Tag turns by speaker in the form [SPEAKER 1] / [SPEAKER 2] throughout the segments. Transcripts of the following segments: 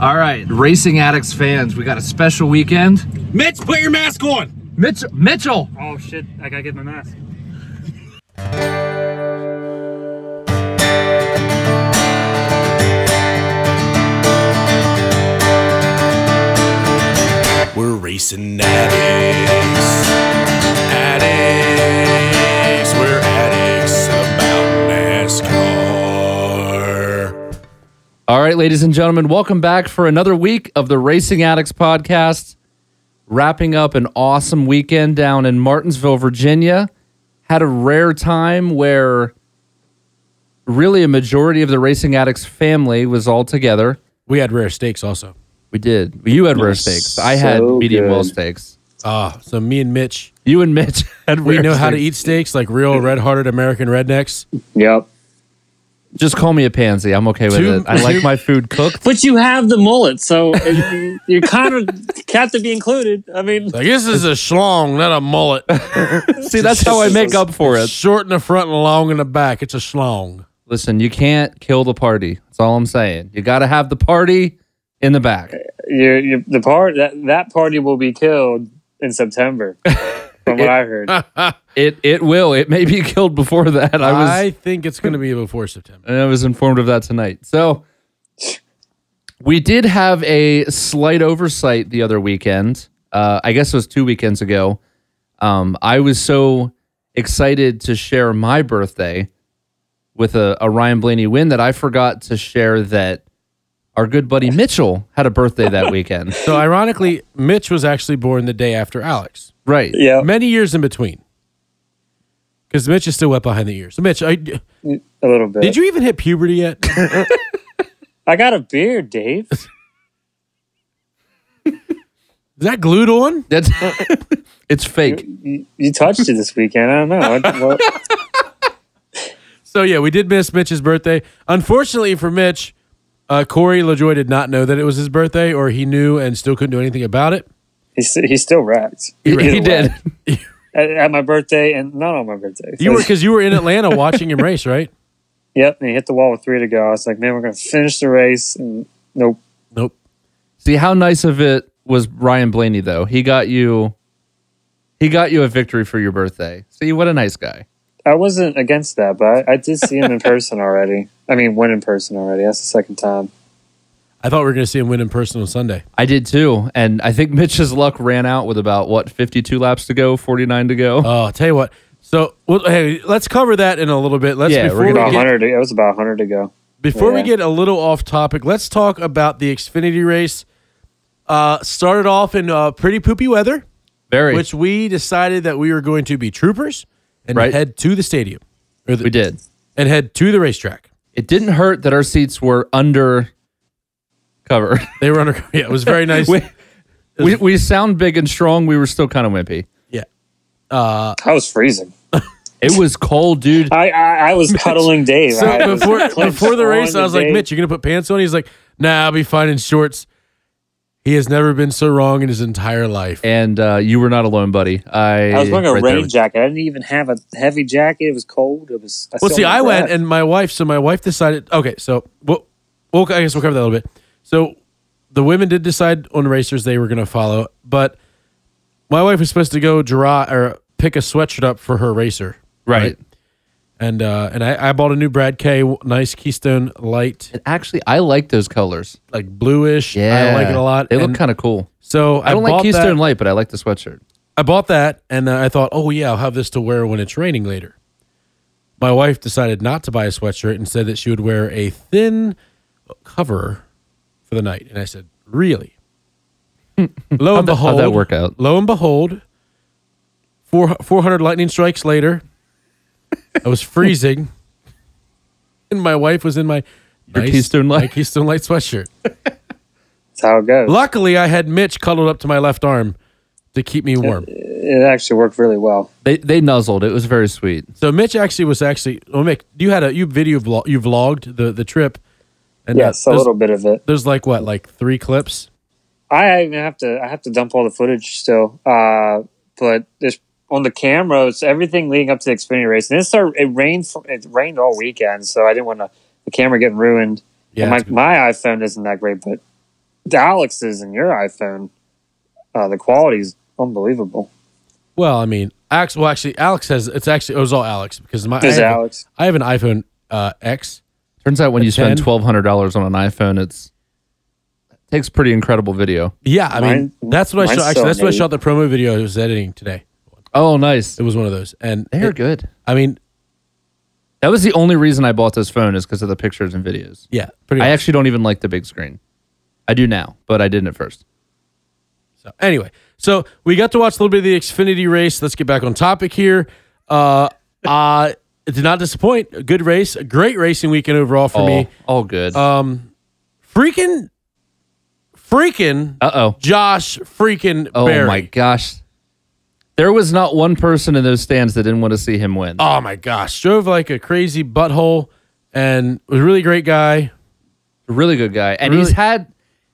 [SPEAKER 1] All right, Racing Addicts fans, we got a special weekend.
[SPEAKER 2] Mitch, put your mask on.
[SPEAKER 1] Mitch- Mitchell,
[SPEAKER 3] Oh shit, I gotta get my mask.
[SPEAKER 2] We're racing addicts. Addicts. We're addicts about NASCAR.
[SPEAKER 1] All right, ladies and gentlemen, welcome back for another week of the Racing Addicts podcast. Wrapping up an awesome weekend down in Martinsville, Virginia. Had a rare time where really a majority of the Racing Addicts family was all together.
[SPEAKER 2] We had rare steaks also.
[SPEAKER 1] We did. You had rare steaks. I had
[SPEAKER 4] So
[SPEAKER 1] medium well
[SPEAKER 4] good.
[SPEAKER 1] steaks.
[SPEAKER 2] Ah, so me and Mitch,
[SPEAKER 1] You and Mitch had
[SPEAKER 2] we
[SPEAKER 1] rare
[SPEAKER 2] know how to
[SPEAKER 1] steaks.
[SPEAKER 2] eat steaks Mm-hmm. like real red-hearted American rednecks.
[SPEAKER 4] Yep.
[SPEAKER 1] Just call me a pansy. I'm okay with
[SPEAKER 2] Two-
[SPEAKER 1] it. I like
[SPEAKER 2] two-
[SPEAKER 1] my food cooked.
[SPEAKER 3] But you have the mullet, so it, you kind of have to be included. I mean,
[SPEAKER 2] Like this is a schlong, not a mullet.
[SPEAKER 1] See, that's how I make up for it.
[SPEAKER 2] Short in the front and long in the back. It's a schlong.
[SPEAKER 1] Listen, you can't kill the party. That's all I'm saying. You got to have the party in the back.
[SPEAKER 3] you you the part that that party will be killed in September, from what I heard.
[SPEAKER 1] It it will. It may be killed before that.
[SPEAKER 2] I,
[SPEAKER 1] I was
[SPEAKER 2] think it's going to be before September.
[SPEAKER 1] I was informed of that tonight. So we did have a slight oversight the other weekend. Uh, I guess it was two weekends ago. Um, I was so excited to share my birthday with a, a Ryan Blaney win that I forgot to share that our good buddy Mitchell had a birthday that weekend.
[SPEAKER 2] So ironically, Mitch was actually born the day after Alex.
[SPEAKER 1] Right.
[SPEAKER 3] Yeah,
[SPEAKER 2] Many years in between. Because Mitch is still wet behind the ears. So Mitch, I, did
[SPEAKER 3] a little bit.
[SPEAKER 2] you even hit puberty yet?
[SPEAKER 3] I got a beard, Dave.
[SPEAKER 2] Is that glued on?
[SPEAKER 1] That's it's fake.
[SPEAKER 3] You, you touched it this weekend. I don't know. What- what-
[SPEAKER 2] So yeah, we did miss Mitch's birthday. Unfortunately for Mitch, uh, Corey LaJoy did not know that it was his birthday, or he knew and still couldn't do anything about it.
[SPEAKER 3] he's he's still wrecked.
[SPEAKER 1] He,
[SPEAKER 3] Either
[SPEAKER 1] he
[SPEAKER 3] way.
[SPEAKER 1] did.
[SPEAKER 3] at, at my birthday and not on my birthday. So-
[SPEAKER 2] You were because you were in Atlanta watching him race, right?
[SPEAKER 3] Yep, and he hit the wall with three to go. I was like, man, we're gonna finish the race. And nope.
[SPEAKER 2] Nope.
[SPEAKER 1] See how nice of it was Ryan Blaney though. He got you he got you a victory for your birthday. See what a nice guy.
[SPEAKER 3] I wasn't against that, but I, I did see him in person already. I mean, win in person already. That's the second time.
[SPEAKER 2] I thought we were going to see him win in person on Sunday.
[SPEAKER 1] I did too. And I think Mitch's luck ran out with about what 52 laps to go, 49 to go.
[SPEAKER 3] Uh,
[SPEAKER 2] Oh, I'll tell you what. So, well, hey, let's cover that in a little bit. Let's
[SPEAKER 1] Yeah, we're
[SPEAKER 2] before we
[SPEAKER 1] gonna-
[SPEAKER 3] About
[SPEAKER 2] get
[SPEAKER 3] 100. It was about 100 to go.
[SPEAKER 2] before we
[SPEAKER 3] Yeah.
[SPEAKER 2] get a little off topic, let's talk about the Xfinity race. Uh, started off in uh, pretty poopy weather,
[SPEAKER 1] Very
[SPEAKER 2] which we decided that we were going to be troopers and
[SPEAKER 1] Right.
[SPEAKER 2] head to the stadium, or the,
[SPEAKER 1] we did.
[SPEAKER 2] and head to the racetrack.
[SPEAKER 1] It didn't hurt that our seats were under cover.
[SPEAKER 2] They were under. Yeah, it was very nice.
[SPEAKER 1] we, we we sound big and strong. We were still kind of wimpy.
[SPEAKER 3] I was freezing.
[SPEAKER 1] It was cold, dude.
[SPEAKER 3] I I, I was cuddling Dave. I
[SPEAKER 2] so
[SPEAKER 3] was
[SPEAKER 2] before
[SPEAKER 3] clinched
[SPEAKER 2] before the race,
[SPEAKER 3] on
[SPEAKER 2] I was like,
[SPEAKER 3] Dave.
[SPEAKER 2] Mitch, you're gonna put pants on? He's like, Nah, I'll be fine in shorts. He has never been so wrong in his entire life.
[SPEAKER 1] And uh, you were not alone, buddy. I,
[SPEAKER 3] I was wearing a
[SPEAKER 1] right there
[SPEAKER 3] rain
[SPEAKER 1] with-
[SPEAKER 3] jacket. I didn't even have a heavy jacket. It was cold. It was. I
[SPEAKER 2] Well,
[SPEAKER 3] still
[SPEAKER 2] see, I
[SPEAKER 3] remember
[SPEAKER 2] went
[SPEAKER 3] that.
[SPEAKER 2] and my wife. So my wife decided. Okay, so well, well, I guess we'll cover that a little bit. So the women did decide on racers they were going to follow, but my wife was supposed to go draw or pick a sweatshirt up for her racer,
[SPEAKER 1] Right.
[SPEAKER 2] And uh, and I, I bought a new Brad K, w- nice Keystone light,
[SPEAKER 1] And actually, I like those colors.
[SPEAKER 2] like bluish. I like it a lot.
[SPEAKER 1] They look
[SPEAKER 2] And
[SPEAKER 1] kind of cool.
[SPEAKER 2] So
[SPEAKER 1] I don't
[SPEAKER 2] bought
[SPEAKER 1] like Keystone
[SPEAKER 2] That,
[SPEAKER 1] Light, but I like the sweatshirt.
[SPEAKER 2] I bought that, and uh, I thought, oh yeah, I'll have this to wear when it's raining later. My wife decided not to buy a sweatshirt and said that she would wear a thin cover for the night, and I said, really? lo and
[SPEAKER 1] that-
[SPEAKER 2] behold,
[SPEAKER 1] how'd that work out?
[SPEAKER 2] Lo and behold, four four hundred lightning strikes later, I was freezing, and my wife was in my.
[SPEAKER 1] Your Keystone Light.
[SPEAKER 2] my Keystone Light sweatshirt.
[SPEAKER 3] That's how it goes.
[SPEAKER 2] Luckily, I had Mitch cuddled up to my left arm to keep me warm.
[SPEAKER 3] It actually worked really well.
[SPEAKER 1] They they nuzzled. It was very sweet.
[SPEAKER 2] So Mitch actually was actually. Well, Mick, you had a you video vlog, you vlogged the the trip. And uh,
[SPEAKER 3] Yes, a
[SPEAKER 2] there's,
[SPEAKER 3] little bit of it.
[SPEAKER 2] There's like what, like three clips.
[SPEAKER 3] I even have to I have to dump all the footage still. Uh, but this on the camera, it's everything leading up to the Xfinity race, and it started. It rained. For, it rained all weekend, so I didn't want to, the camera getting ruined.
[SPEAKER 2] Yeah,
[SPEAKER 3] And my,
[SPEAKER 2] it's good.
[SPEAKER 3] my iPhone isn't that great, but Alex's and your iPhone, uh, the quality's unbelievable.
[SPEAKER 2] well, I mean, Alex. Well, actually, Alex has. It's actually it was all Alex because my I
[SPEAKER 3] Is
[SPEAKER 2] have, a-
[SPEAKER 3] Alex?
[SPEAKER 2] I have an iPhone uh, X.
[SPEAKER 1] Turns out when
[SPEAKER 2] A
[SPEAKER 1] you spend
[SPEAKER 2] 10?
[SPEAKER 1] twelve hundred dollars on an iPhone, it's it takes pretty incredible video.
[SPEAKER 2] Yeah, I mean,
[SPEAKER 3] Mine-
[SPEAKER 2] that's what I
[SPEAKER 3] mine's
[SPEAKER 2] shot. Actually,
[SPEAKER 3] still
[SPEAKER 2] that's what I
[SPEAKER 3] an eight.
[SPEAKER 2] shot the promo video I was editing today.
[SPEAKER 1] Oh, nice.
[SPEAKER 2] It was one of those, and
[SPEAKER 1] They're
[SPEAKER 2] it-
[SPEAKER 1] good.
[SPEAKER 2] I mean,
[SPEAKER 1] That was the only reason I bought this phone is because of the pictures and videos.
[SPEAKER 2] yeah, pretty.
[SPEAKER 1] I
[SPEAKER 2] much.
[SPEAKER 1] actually don't even like the big screen. I do now, but I didn't at first.
[SPEAKER 2] So anyway, so we got to watch a little bit of the Xfinity race. Let's get back on topic here. Uh, uh it did not disappoint. A good race, a great racing weekend overall for
[SPEAKER 1] all,
[SPEAKER 2] me.
[SPEAKER 1] all good. Uh
[SPEAKER 2] Um, freaking, freaking
[SPEAKER 1] oh.
[SPEAKER 2] Josh, freaking
[SPEAKER 1] Oh
[SPEAKER 2] Berry.
[SPEAKER 1] my gosh. There was not one person in those stands that didn't want to see him win.
[SPEAKER 2] Oh my gosh, drove like a crazy butthole, and was a really great guy.
[SPEAKER 1] really good guy, and
[SPEAKER 2] Really-
[SPEAKER 1] he's had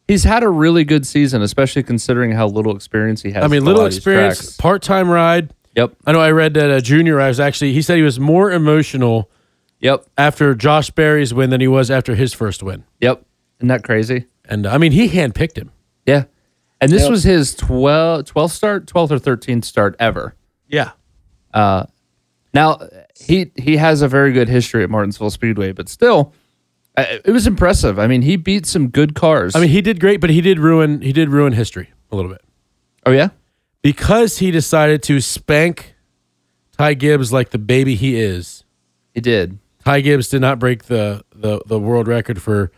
[SPEAKER 1] he's had a really good season, especially considering how little experience he has.
[SPEAKER 2] I mean,
[SPEAKER 1] at a
[SPEAKER 2] little
[SPEAKER 1] lot of these
[SPEAKER 2] experience,
[SPEAKER 1] tracks.
[SPEAKER 2] part time ride.
[SPEAKER 1] Yep,
[SPEAKER 2] I know I read that uh, Junior I was actually he said he was more emotional
[SPEAKER 1] yep,
[SPEAKER 2] after Josh Berry's win than he was after his first win.
[SPEAKER 1] yep. Isn't that crazy?
[SPEAKER 2] And uh, I mean, he handpicked him.
[SPEAKER 1] Yeah. And this
[SPEAKER 3] Yep.
[SPEAKER 1] was his 12, 12th start, 12th or 13th start ever. Uh,
[SPEAKER 2] Yeah.
[SPEAKER 1] Now, he he has a very good history at Martinsville Speedway, but still, uh, it was impressive. I mean, he beat some good cars.
[SPEAKER 2] I mean, he did great, but he did ruin he did ruin history a little bit
[SPEAKER 1] oh, yeah?
[SPEAKER 2] because he decided to spank Ty Gibbs like the baby he is.
[SPEAKER 1] He did.
[SPEAKER 2] Ty Gibbs did not break the the, the world record for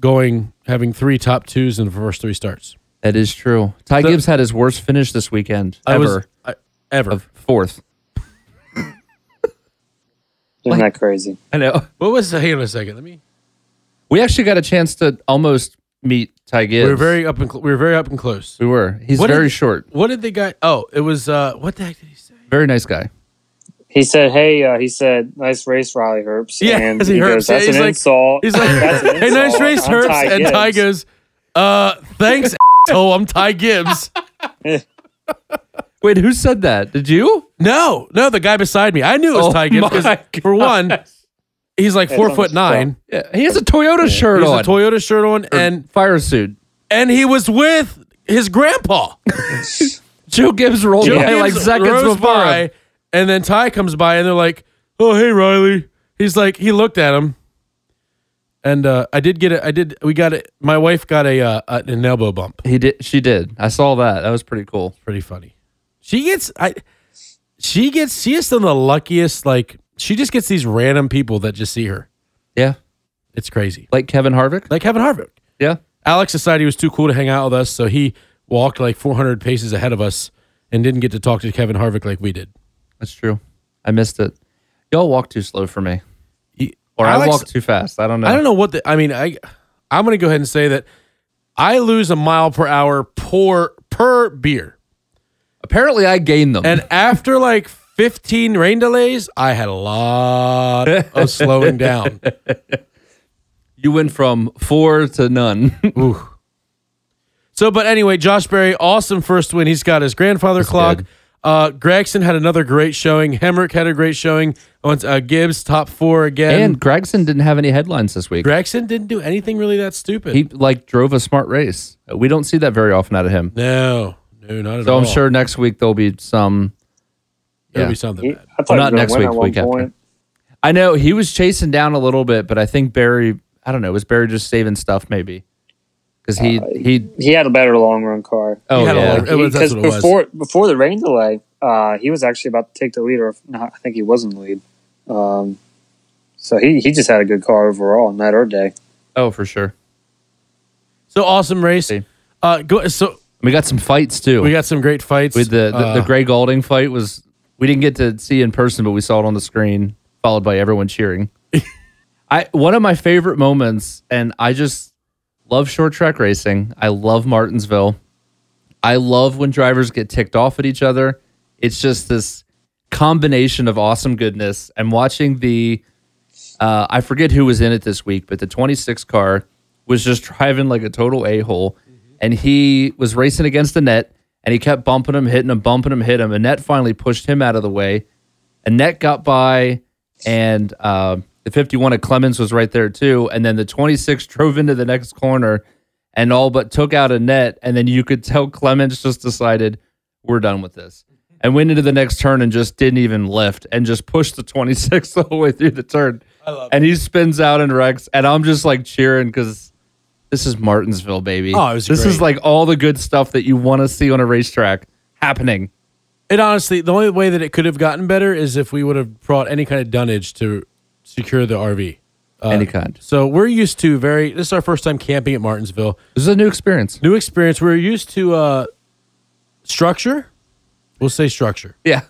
[SPEAKER 2] going having three top twos in the first three starts.
[SPEAKER 1] That is true. Ty
[SPEAKER 2] So-
[SPEAKER 1] Gibbs had his worst finish this weekend
[SPEAKER 2] I
[SPEAKER 1] ever,
[SPEAKER 2] was I, ever.
[SPEAKER 1] of fourth.
[SPEAKER 3] Isn't that crazy?
[SPEAKER 1] I know.
[SPEAKER 2] what was hang on a second? Let me.
[SPEAKER 1] We actually got a chance to almost meet Ty Gibbs.
[SPEAKER 2] We were very up and cl- we were very up and close.
[SPEAKER 1] We were. He's
[SPEAKER 2] What
[SPEAKER 1] very
[SPEAKER 2] did-
[SPEAKER 1] short,
[SPEAKER 2] What did the guy? Oh, it was uh, what the heck did he say?
[SPEAKER 1] very nice guy.
[SPEAKER 3] He said, "Hey," uh, he said, "Nice race, Riley Herbst."
[SPEAKER 2] Yeah,
[SPEAKER 3] and
[SPEAKER 2] as he
[SPEAKER 3] he
[SPEAKER 2] herps,
[SPEAKER 3] goes,
[SPEAKER 2] yeah,
[SPEAKER 3] "That's
[SPEAKER 2] he's
[SPEAKER 3] an
[SPEAKER 2] like-
[SPEAKER 3] insult."
[SPEAKER 2] He's like,
[SPEAKER 3] That's an
[SPEAKER 2] hey, nice
[SPEAKER 3] insult.
[SPEAKER 2] race,
[SPEAKER 3] I'm
[SPEAKER 2] Herbs.
[SPEAKER 3] Ty
[SPEAKER 2] And Ty
[SPEAKER 3] Gibbs.
[SPEAKER 2] goes, uh, thanks, asshole. I'm Ty Gibbs.
[SPEAKER 1] Wait, who said that? Did you?
[SPEAKER 2] No, no, the guy beside me. I knew it was
[SPEAKER 1] Oh
[SPEAKER 2] Ty Gibbs. 'cause
[SPEAKER 1] my
[SPEAKER 2] For one, he's like
[SPEAKER 3] Hey,
[SPEAKER 2] four
[SPEAKER 3] don't
[SPEAKER 2] foot
[SPEAKER 3] stop.
[SPEAKER 2] nine.
[SPEAKER 1] Yeah, he has a Toyota shirt
[SPEAKER 2] He
[SPEAKER 1] on.
[SPEAKER 2] has a Toyota shirt on, and
[SPEAKER 1] fire suit.
[SPEAKER 2] and he was with his grandpa.
[SPEAKER 1] Joe Gibbs rolled
[SPEAKER 2] Joe
[SPEAKER 1] away
[SPEAKER 2] Gibbs
[SPEAKER 1] like seconds
[SPEAKER 2] rows
[SPEAKER 1] before.
[SPEAKER 2] by,
[SPEAKER 1] him.
[SPEAKER 2] and then Ty comes by, and they're like, "Oh, hey, Riley." He's like, he looked at him, and uh, I did get it. I did. We got it. My wife got a uh, uh, an elbow bump.
[SPEAKER 1] He did. She did. I saw that. That was pretty cool.
[SPEAKER 2] pretty funny. She gets I she gets she is still the luckiest like she just gets these random people that just see her.
[SPEAKER 1] Yeah,
[SPEAKER 2] It's crazy.
[SPEAKER 1] like Kevin Harvick.
[SPEAKER 2] Like Kevin Harvick.
[SPEAKER 1] Yeah,
[SPEAKER 2] Alex decided he was too cool to hang out with us, so he walked like 400 paces ahead of us and didn't get to talk to Kevin Harvick like we did.
[SPEAKER 1] that's true. I missed it. Y'all walk too slow for me,
[SPEAKER 2] He-
[SPEAKER 1] or I
[SPEAKER 2] Alex-
[SPEAKER 1] walk too fast. I don't know.
[SPEAKER 2] I don't know what the I mean, I I'm going to go ahead and say that I lose a mile per hour per per beer.
[SPEAKER 1] Apparently, I gained them.
[SPEAKER 2] And after like 15 rain delays, I had a lot of slowing down.
[SPEAKER 1] you went from four to none.
[SPEAKER 2] Ooh. So, but anyway, Josh Berry, awesome first win. He's got his grandfather clock.
[SPEAKER 1] good.
[SPEAKER 2] Uh, Gregson had another great showing. Hemrick had a great showing. Once uh, Gibbs top four again.
[SPEAKER 1] and Gregson didn't have any headlines this week.
[SPEAKER 2] Gregson didn't do anything really that stupid.
[SPEAKER 1] he like drove a smart race. We don't see that very often out of him.
[SPEAKER 2] no, no, not at
[SPEAKER 1] So
[SPEAKER 2] all.
[SPEAKER 1] I'm sure next week there'll be some.
[SPEAKER 2] it'll
[SPEAKER 1] yeah.
[SPEAKER 2] be something.
[SPEAKER 3] He,
[SPEAKER 2] bad.
[SPEAKER 3] I thought
[SPEAKER 1] Well, not
[SPEAKER 3] he was
[SPEAKER 1] next
[SPEAKER 3] gonna win
[SPEAKER 1] week,
[SPEAKER 3] at one
[SPEAKER 1] week after.
[SPEAKER 3] point.
[SPEAKER 1] I know he was chasing down a little bit, but I think Barry. I don't know. Was Barry just saving stuff maybe? Because he he
[SPEAKER 3] He had a better long run car.
[SPEAKER 1] oh
[SPEAKER 2] he Uh, had a
[SPEAKER 1] yeah
[SPEAKER 2] lot- It was- that's
[SPEAKER 3] Because
[SPEAKER 2] what it was.
[SPEAKER 3] before before the rain delay, uh, he was actually about to take the lead, or if not, I think he was in the lead. Um, so he, he just had a good car overall, night or day.
[SPEAKER 1] oh for sure.
[SPEAKER 2] So awesome race.
[SPEAKER 1] See.
[SPEAKER 2] Uh, go, so
[SPEAKER 1] We got some fights too.
[SPEAKER 2] we got some great fights.
[SPEAKER 1] with the the,
[SPEAKER 2] uh,
[SPEAKER 1] the Gray Golding fight was we didn't get to see in person, but we saw it on the screen, followed by everyone cheering. I one of my favorite moments, and I just love short track racing. I love Martinsville. I love when drivers get ticked off at each other. It's just this combination of awesome goodness. And watching the uh, I forget who was in it this week, but the 26 car was just driving like a total a hole, and he was racing against the net, and he kept bumping him, hitting him, bumping him, hit him, and net finally pushed him out of the way. Annette got by, and uh, The 51 of Clemens was right there too. And then the 26 drove into the next corner and all but took out a net. And then you could tell Clemens just decided, we're done with this. And went into the next turn and just didn't even lift and just pushed the 26 the whole way through the turn.
[SPEAKER 2] I love
[SPEAKER 1] And he spins out and wrecks. And I'm just like cheering because this is Martinsville, baby.
[SPEAKER 2] Oh, it was
[SPEAKER 1] this is
[SPEAKER 2] great.
[SPEAKER 1] like all the good stuff that you want to see on a racetrack happening.
[SPEAKER 2] It honestly, the only way that it could have gotten better is if we would have brought any kind of dunnage to secure the RV. Uh,
[SPEAKER 1] Any kind.
[SPEAKER 2] So we're used to very. This is our first time camping at Martinsville.
[SPEAKER 1] This is a new experience.
[SPEAKER 2] New experience. We're used to uh, structure. We'll say structure.
[SPEAKER 1] Yeah.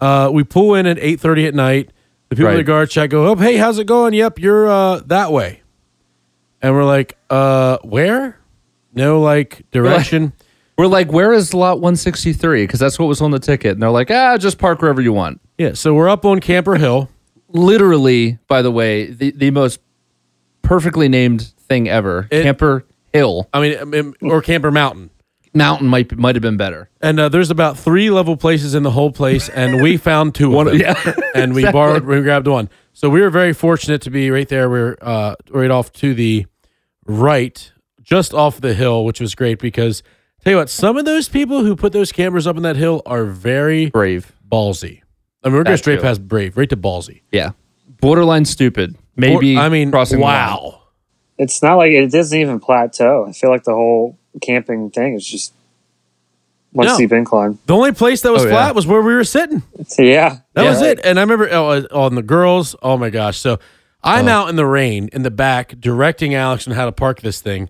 [SPEAKER 2] Uh, we pull in at eight thirty at night. The people at the
[SPEAKER 1] Right.
[SPEAKER 2] guard check go, "Oh, hey, how's it going? Yep, you're uh, that way." And we're like, "Uh, where? No, like direction."
[SPEAKER 1] We're like, where is lot 163? Because that's what was on the ticket. And they're like, ah, just park wherever you want.
[SPEAKER 2] yeah. So we're up on Camper Hill.
[SPEAKER 1] Literally, by the way, the, the most perfectly named thing ever.
[SPEAKER 2] It-
[SPEAKER 1] Camper Hill
[SPEAKER 2] I mean, I mean, or Camper Mountain.
[SPEAKER 1] Mountain might might have been better.
[SPEAKER 2] And uh, there's about three level places in the whole place, and we found two of them.
[SPEAKER 1] yeah,
[SPEAKER 2] and we borrowed, we grabbed one. So we were very fortunate to be right there. We were uh, right off to the right, just off the hill, which was great because tell you what, some of those people who put those cameras up on that hill are very
[SPEAKER 1] Brave.
[SPEAKER 2] ballsy. I mean, we're going
[SPEAKER 1] That's
[SPEAKER 2] straight
[SPEAKER 1] true.
[SPEAKER 2] past brave, right to ballsy.
[SPEAKER 1] Yeah. Borderline stupid. Maybe
[SPEAKER 2] Or- I mean,
[SPEAKER 1] crossing the line.
[SPEAKER 2] wow.
[SPEAKER 3] It's not like it doesn't even plateau. I feel like the whole camping thing is just one
[SPEAKER 2] No.
[SPEAKER 3] steep incline.
[SPEAKER 2] The only place that was
[SPEAKER 1] Oh, yeah.
[SPEAKER 2] flat was where we were sitting.
[SPEAKER 3] So, yeah,
[SPEAKER 2] That
[SPEAKER 1] Yeah.
[SPEAKER 2] was it. And I remember oh, uh, on the girls. Oh my gosh! So I'm out in the rain in the back directing Alex on how to park this thing,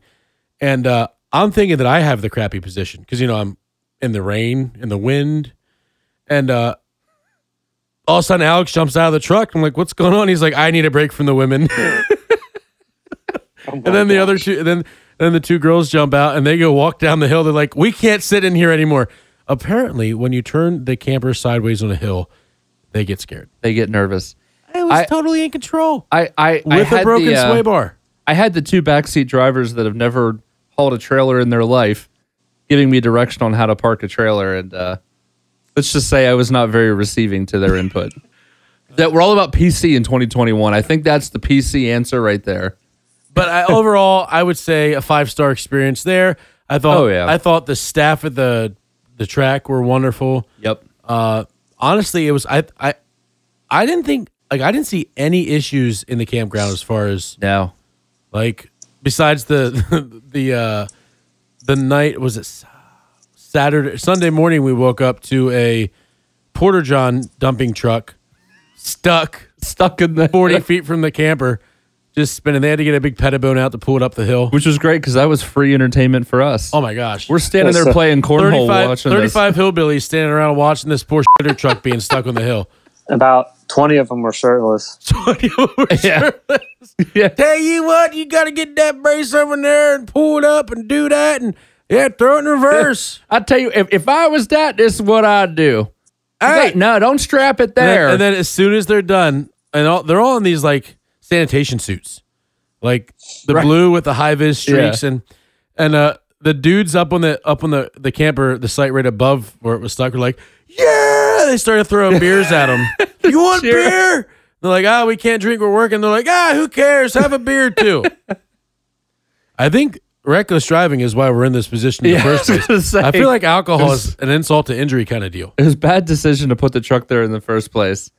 [SPEAKER 2] and uh, I'm thinking that I have the crappy position because you know I'm in the rain, in the wind, and uh, all of a sudden Alex jumps out of the truck. I'm like, "What's going on?" He's like, "I need a break from the women."
[SPEAKER 3] Oh my
[SPEAKER 2] and then the
[SPEAKER 3] God.
[SPEAKER 2] other two, and then then the two girls jump out and they go walk down the hill. They're like, "We can't sit in here anymore." Apparently, when you turn the camper sideways on a hill, they get scared.
[SPEAKER 1] They get nervous.
[SPEAKER 2] I was
[SPEAKER 1] I-
[SPEAKER 2] totally in control
[SPEAKER 1] I I, I
[SPEAKER 2] with
[SPEAKER 1] had
[SPEAKER 2] a broken
[SPEAKER 1] the, uh,
[SPEAKER 2] sway bar.
[SPEAKER 1] I had the two backseat drivers that have never hauled a trailer in their life giving me direction on how to park a trailer. And uh, let's just say I was not very receiving to their input. that we're all about PC in 2021. I think that's the PC answer right there.
[SPEAKER 2] But I, overall, I would say a five star experience there. I thought.
[SPEAKER 1] Oh, yeah.
[SPEAKER 2] I thought the staff at the the track were wonderful.
[SPEAKER 1] Yep.
[SPEAKER 2] Uh, honestly, it was I I I didn't think like I didn't see any issues in the campground as far as
[SPEAKER 1] Now,
[SPEAKER 2] like besides the the uh the night was it Sa- Saturday Sunday morning we woke up to a Porter John dumping truck stuck
[SPEAKER 1] stuck in the
[SPEAKER 2] 40 feet from the camper, just spinning. They had to get a big pettibone out to pull it up the hill.
[SPEAKER 1] which was great because that was free entertainment for us.
[SPEAKER 2] Oh my gosh.
[SPEAKER 1] we're standing there
[SPEAKER 3] Yes, sir.
[SPEAKER 1] playing cornhole
[SPEAKER 2] 35,
[SPEAKER 1] watching
[SPEAKER 2] 35 hillbillies standing around watching this poor shitter truck being stuck on the hill.
[SPEAKER 3] about twenty of them were shirtless.
[SPEAKER 1] this. Yeah.
[SPEAKER 2] Tell you what, you got to get that brace over there and pull it up and do that and yeah, throw it in reverse.
[SPEAKER 1] I tell you, if, if I was that, this is what I'd do. Hey, no, don't strap it
[SPEAKER 2] And
[SPEAKER 1] there.
[SPEAKER 2] then, and then as soon as they're done, and all, they're all in these like sanitation suits, like the blue with the high vis streaks, and and uh, the dudes up on the up on the the camper, the site right above where it was stuck, were like, yeah, they started throwing beers at them. you want
[SPEAKER 1] Sure.
[SPEAKER 2] beer? They're like, ah, we can't drink, we're working. They're like, ah, who cares? Have a beer too. I think reckless driving is why we're in this position in
[SPEAKER 1] Yeah, I
[SPEAKER 2] the first
[SPEAKER 1] was gonna
[SPEAKER 2] place.
[SPEAKER 1] say.
[SPEAKER 2] I feel like alcohol is an insult to injury kind of deal.
[SPEAKER 1] it was a bad decision to put the truck there in the first place.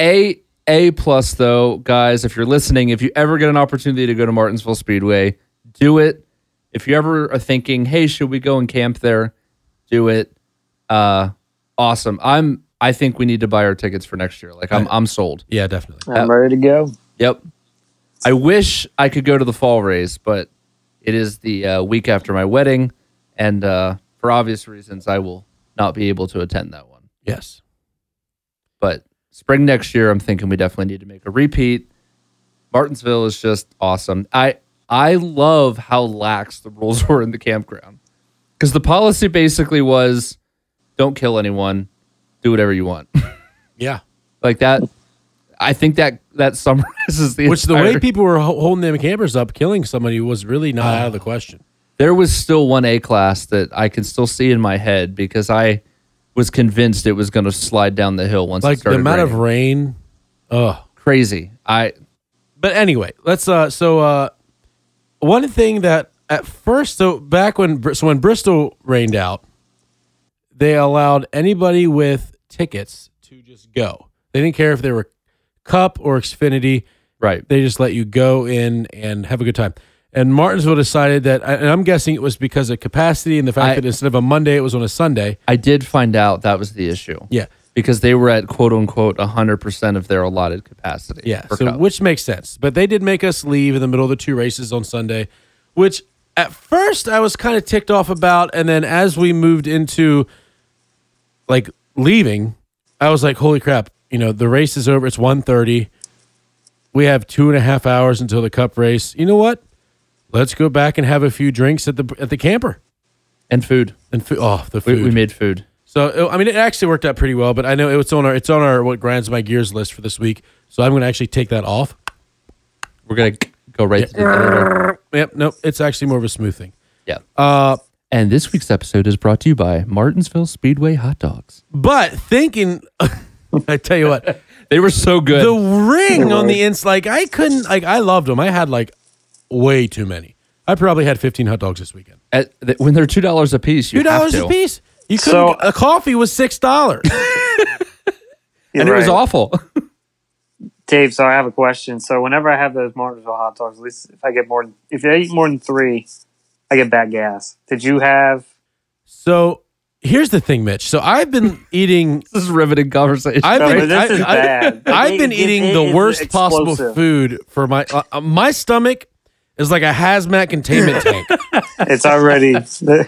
[SPEAKER 1] A A plus though, guys, if you're listening, if you ever get an opportunity to go to Martinsville Speedway, do it. If you ever are thinking, hey, should we go and camp there? Do it. Uh awesome. I'm I think we need to buy our tickets for next year. Like I'm I'm sold.
[SPEAKER 2] Yeah, definitely.
[SPEAKER 3] I'm
[SPEAKER 1] Uh,
[SPEAKER 3] ready to go.
[SPEAKER 1] Yep. I wish I could go to the fall race, but it is the uh, week after my wedding, and uh, for obvious reasons, I will not be able to attend that one.
[SPEAKER 2] Yes.
[SPEAKER 1] But spring next year, I'm thinking we definitely need to make a repeat. Martinsville is just awesome. I I love how lax the rules were in the campground because the policy basically was don't kill anyone, do whatever you want.
[SPEAKER 2] Yeah.
[SPEAKER 1] like that. I think that that summarizes the
[SPEAKER 2] Which the
[SPEAKER 1] entire-
[SPEAKER 2] way people were ho- holding them campers up, killing somebody was really not out of the question.
[SPEAKER 1] there was still one A class that I can still see in my head because I was convinced it was going to slide down the hill once.
[SPEAKER 2] Like
[SPEAKER 1] it
[SPEAKER 2] the
[SPEAKER 1] started
[SPEAKER 2] amount
[SPEAKER 1] raining.
[SPEAKER 2] of rain, oh,
[SPEAKER 1] crazy. I
[SPEAKER 2] but anyway, let's uh so uh one thing that at first so back when Br- so when Bristol rained out, they allowed anybody with tickets to just go. They didn't care if they were Cup or Xfinity.
[SPEAKER 1] right.
[SPEAKER 2] They just let you go in and have a good time. And Martinsville decided that, and I'm guessing it was because of capacity and the fact
[SPEAKER 1] I-
[SPEAKER 2] that instead of a Monday, it was on a Sunday.
[SPEAKER 1] I did find out that was the issue
[SPEAKER 2] Yeah.
[SPEAKER 1] because they were at quote unquote 100% of their allotted capacity.
[SPEAKER 2] Yeah,
[SPEAKER 1] for
[SPEAKER 2] so
[SPEAKER 1] Cup.
[SPEAKER 2] which makes sense. But they did make us leave in the middle of the two races on Sunday, which at first I was kind of ticked off about, and then as we moved into like leaving, I was like, "Holy crap! You know, the race is over. It's 1.30. We have two and a half hours until the Cup race. You know what? Let's go back and have a few drinks at the at the camper
[SPEAKER 1] and food.
[SPEAKER 2] and food. Oh, the food.
[SPEAKER 1] We, we made food.
[SPEAKER 2] So uh, I mean, it actually worked out pretty well. But I know it's on our it's on our what grinds my gears list for this week. So I'm going to actually take that off.
[SPEAKER 1] We're going to go right to the
[SPEAKER 2] Yep. Nope. It's actually more of a smooth thing.
[SPEAKER 1] Yeah.
[SPEAKER 2] Uh,
[SPEAKER 1] and this week's episode is brought to you by Martinsville Speedway Hot Dogs.
[SPEAKER 2] But thinking, I tell you what,
[SPEAKER 1] They were so good.
[SPEAKER 2] the ring on the ins, like I couldn't, like I loved them. I had like way too many. I probably had 15 hot dogs this weekend.
[SPEAKER 1] At- th- when they're $2 a piece, you
[SPEAKER 2] Two dollars
[SPEAKER 1] have to.
[SPEAKER 2] a piece. You couldn't.
[SPEAKER 3] So-
[SPEAKER 2] a coffee was six dollars.
[SPEAKER 1] And it was
[SPEAKER 3] Right.
[SPEAKER 1] awful.
[SPEAKER 3] Dave, so I have a question. So whenever I have those Martinsville hot dogs, at least if I get more than if I eat more than three, I get bad gas. Did you have?
[SPEAKER 2] so here's the thing, Mitch. So I've been eating.
[SPEAKER 1] this is riveting conversation.
[SPEAKER 2] I've
[SPEAKER 3] No,
[SPEAKER 2] been,
[SPEAKER 3] this
[SPEAKER 2] I,
[SPEAKER 3] is
[SPEAKER 2] I-
[SPEAKER 3] bad.
[SPEAKER 2] I've
[SPEAKER 3] It-
[SPEAKER 2] been
[SPEAKER 3] it-
[SPEAKER 2] eating
[SPEAKER 3] it
[SPEAKER 2] the
[SPEAKER 3] is
[SPEAKER 2] worst possible
[SPEAKER 3] explosive.
[SPEAKER 2] food for my uh, uh, my stomach is like a hazmat containment tank.
[SPEAKER 3] It's already.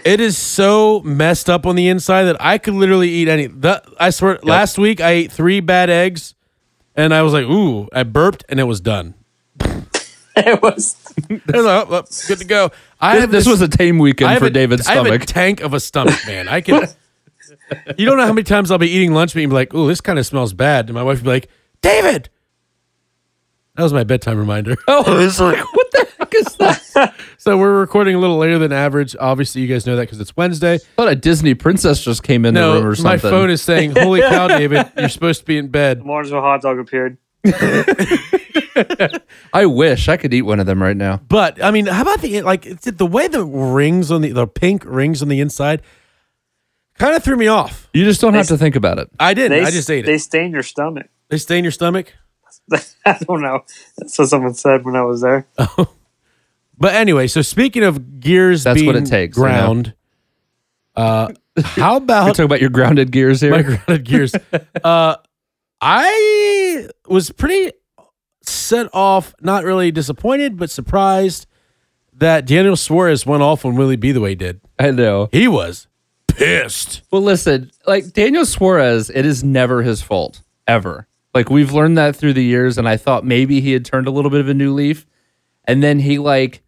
[SPEAKER 2] It is so messed up on the inside that I could literally eat any. The, I swear, last week I ate three bad eggs, and I was like, "Ooh!" I burped, and it was done.
[SPEAKER 3] it was.
[SPEAKER 2] I was like, oh, well, good to go. I
[SPEAKER 1] this, this was a tame
[SPEAKER 2] I
[SPEAKER 1] weekend
[SPEAKER 2] have
[SPEAKER 1] for
[SPEAKER 2] a-
[SPEAKER 1] David's
[SPEAKER 2] I have a
[SPEAKER 1] stomach.
[SPEAKER 2] tank of a stomach, man. I can. you don't know how many times I'll be eating lunch meat and be like, "Ooh, this kind of smells bad," and my wife would be like, "David." That was my bedtime reminder.
[SPEAKER 1] oh, it's like, what the heck is that?
[SPEAKER 2] so we're recording a little later than average. Obviously, you guys know that because it's Wednesday.
[SPEAKER 1] I thought a Disney princess just came in the
[SPEAKER 2] No,
[SPEAKER 1] room or
[SPEAKER 2] my
[SPEAKER 1] something.
[SPEAKER 2] phone is saying, "Holy cow, David! You're supposed to be in bed."
[SPEAKER 3] Martinsville hot dog appeared.
[SPEAKER 1] I wish I could eat one of them right now.
[SPEAKER 2] But I mean, how about the like it's the way the rings on the the pink rings on the inside kind of threw me off.
[SPEAKER 1] You just don't have to think about it.
[SPEAKER 2] I didn't.
[SPEAKER 3] They,
[SPEAKER 2] I just ate
[SPEAKER 3] They
[SPEAKER 2] it.
[SPEAKER 3] stain your stomach.
[SPEAKER 2] They stain your stomach.
[SPEAKER 3] I don't know. That's what someone said when I was there.
[SPEAKER 2] But anyway, so speaking of gears,
[SPEAKER 1] That's what
[SPEAKER 2] being
[SPEAKER 1] it takes, you know?
[SPEAKER 2] Ground. Uh, how
[SPEAKER 1] We're
[SPEAKER 2] about
[SPEAKER 1] talking about your grounded gears here.
[SPEAKER 2] my grounded gears? Uh, I was pretty set off, not really disappointed, but surprised that Daniel Suarez went off when Willie B the way did.
[SPEAKER 1] I know.
[SPEAKER 2] He was pissed.
[SPEAKER 1] Well, listen, like Daniel Suarez, it is never his fault ever. Like we've learned that through the years, and I thought maybe he had turned a little bit of a new leaf, and then he like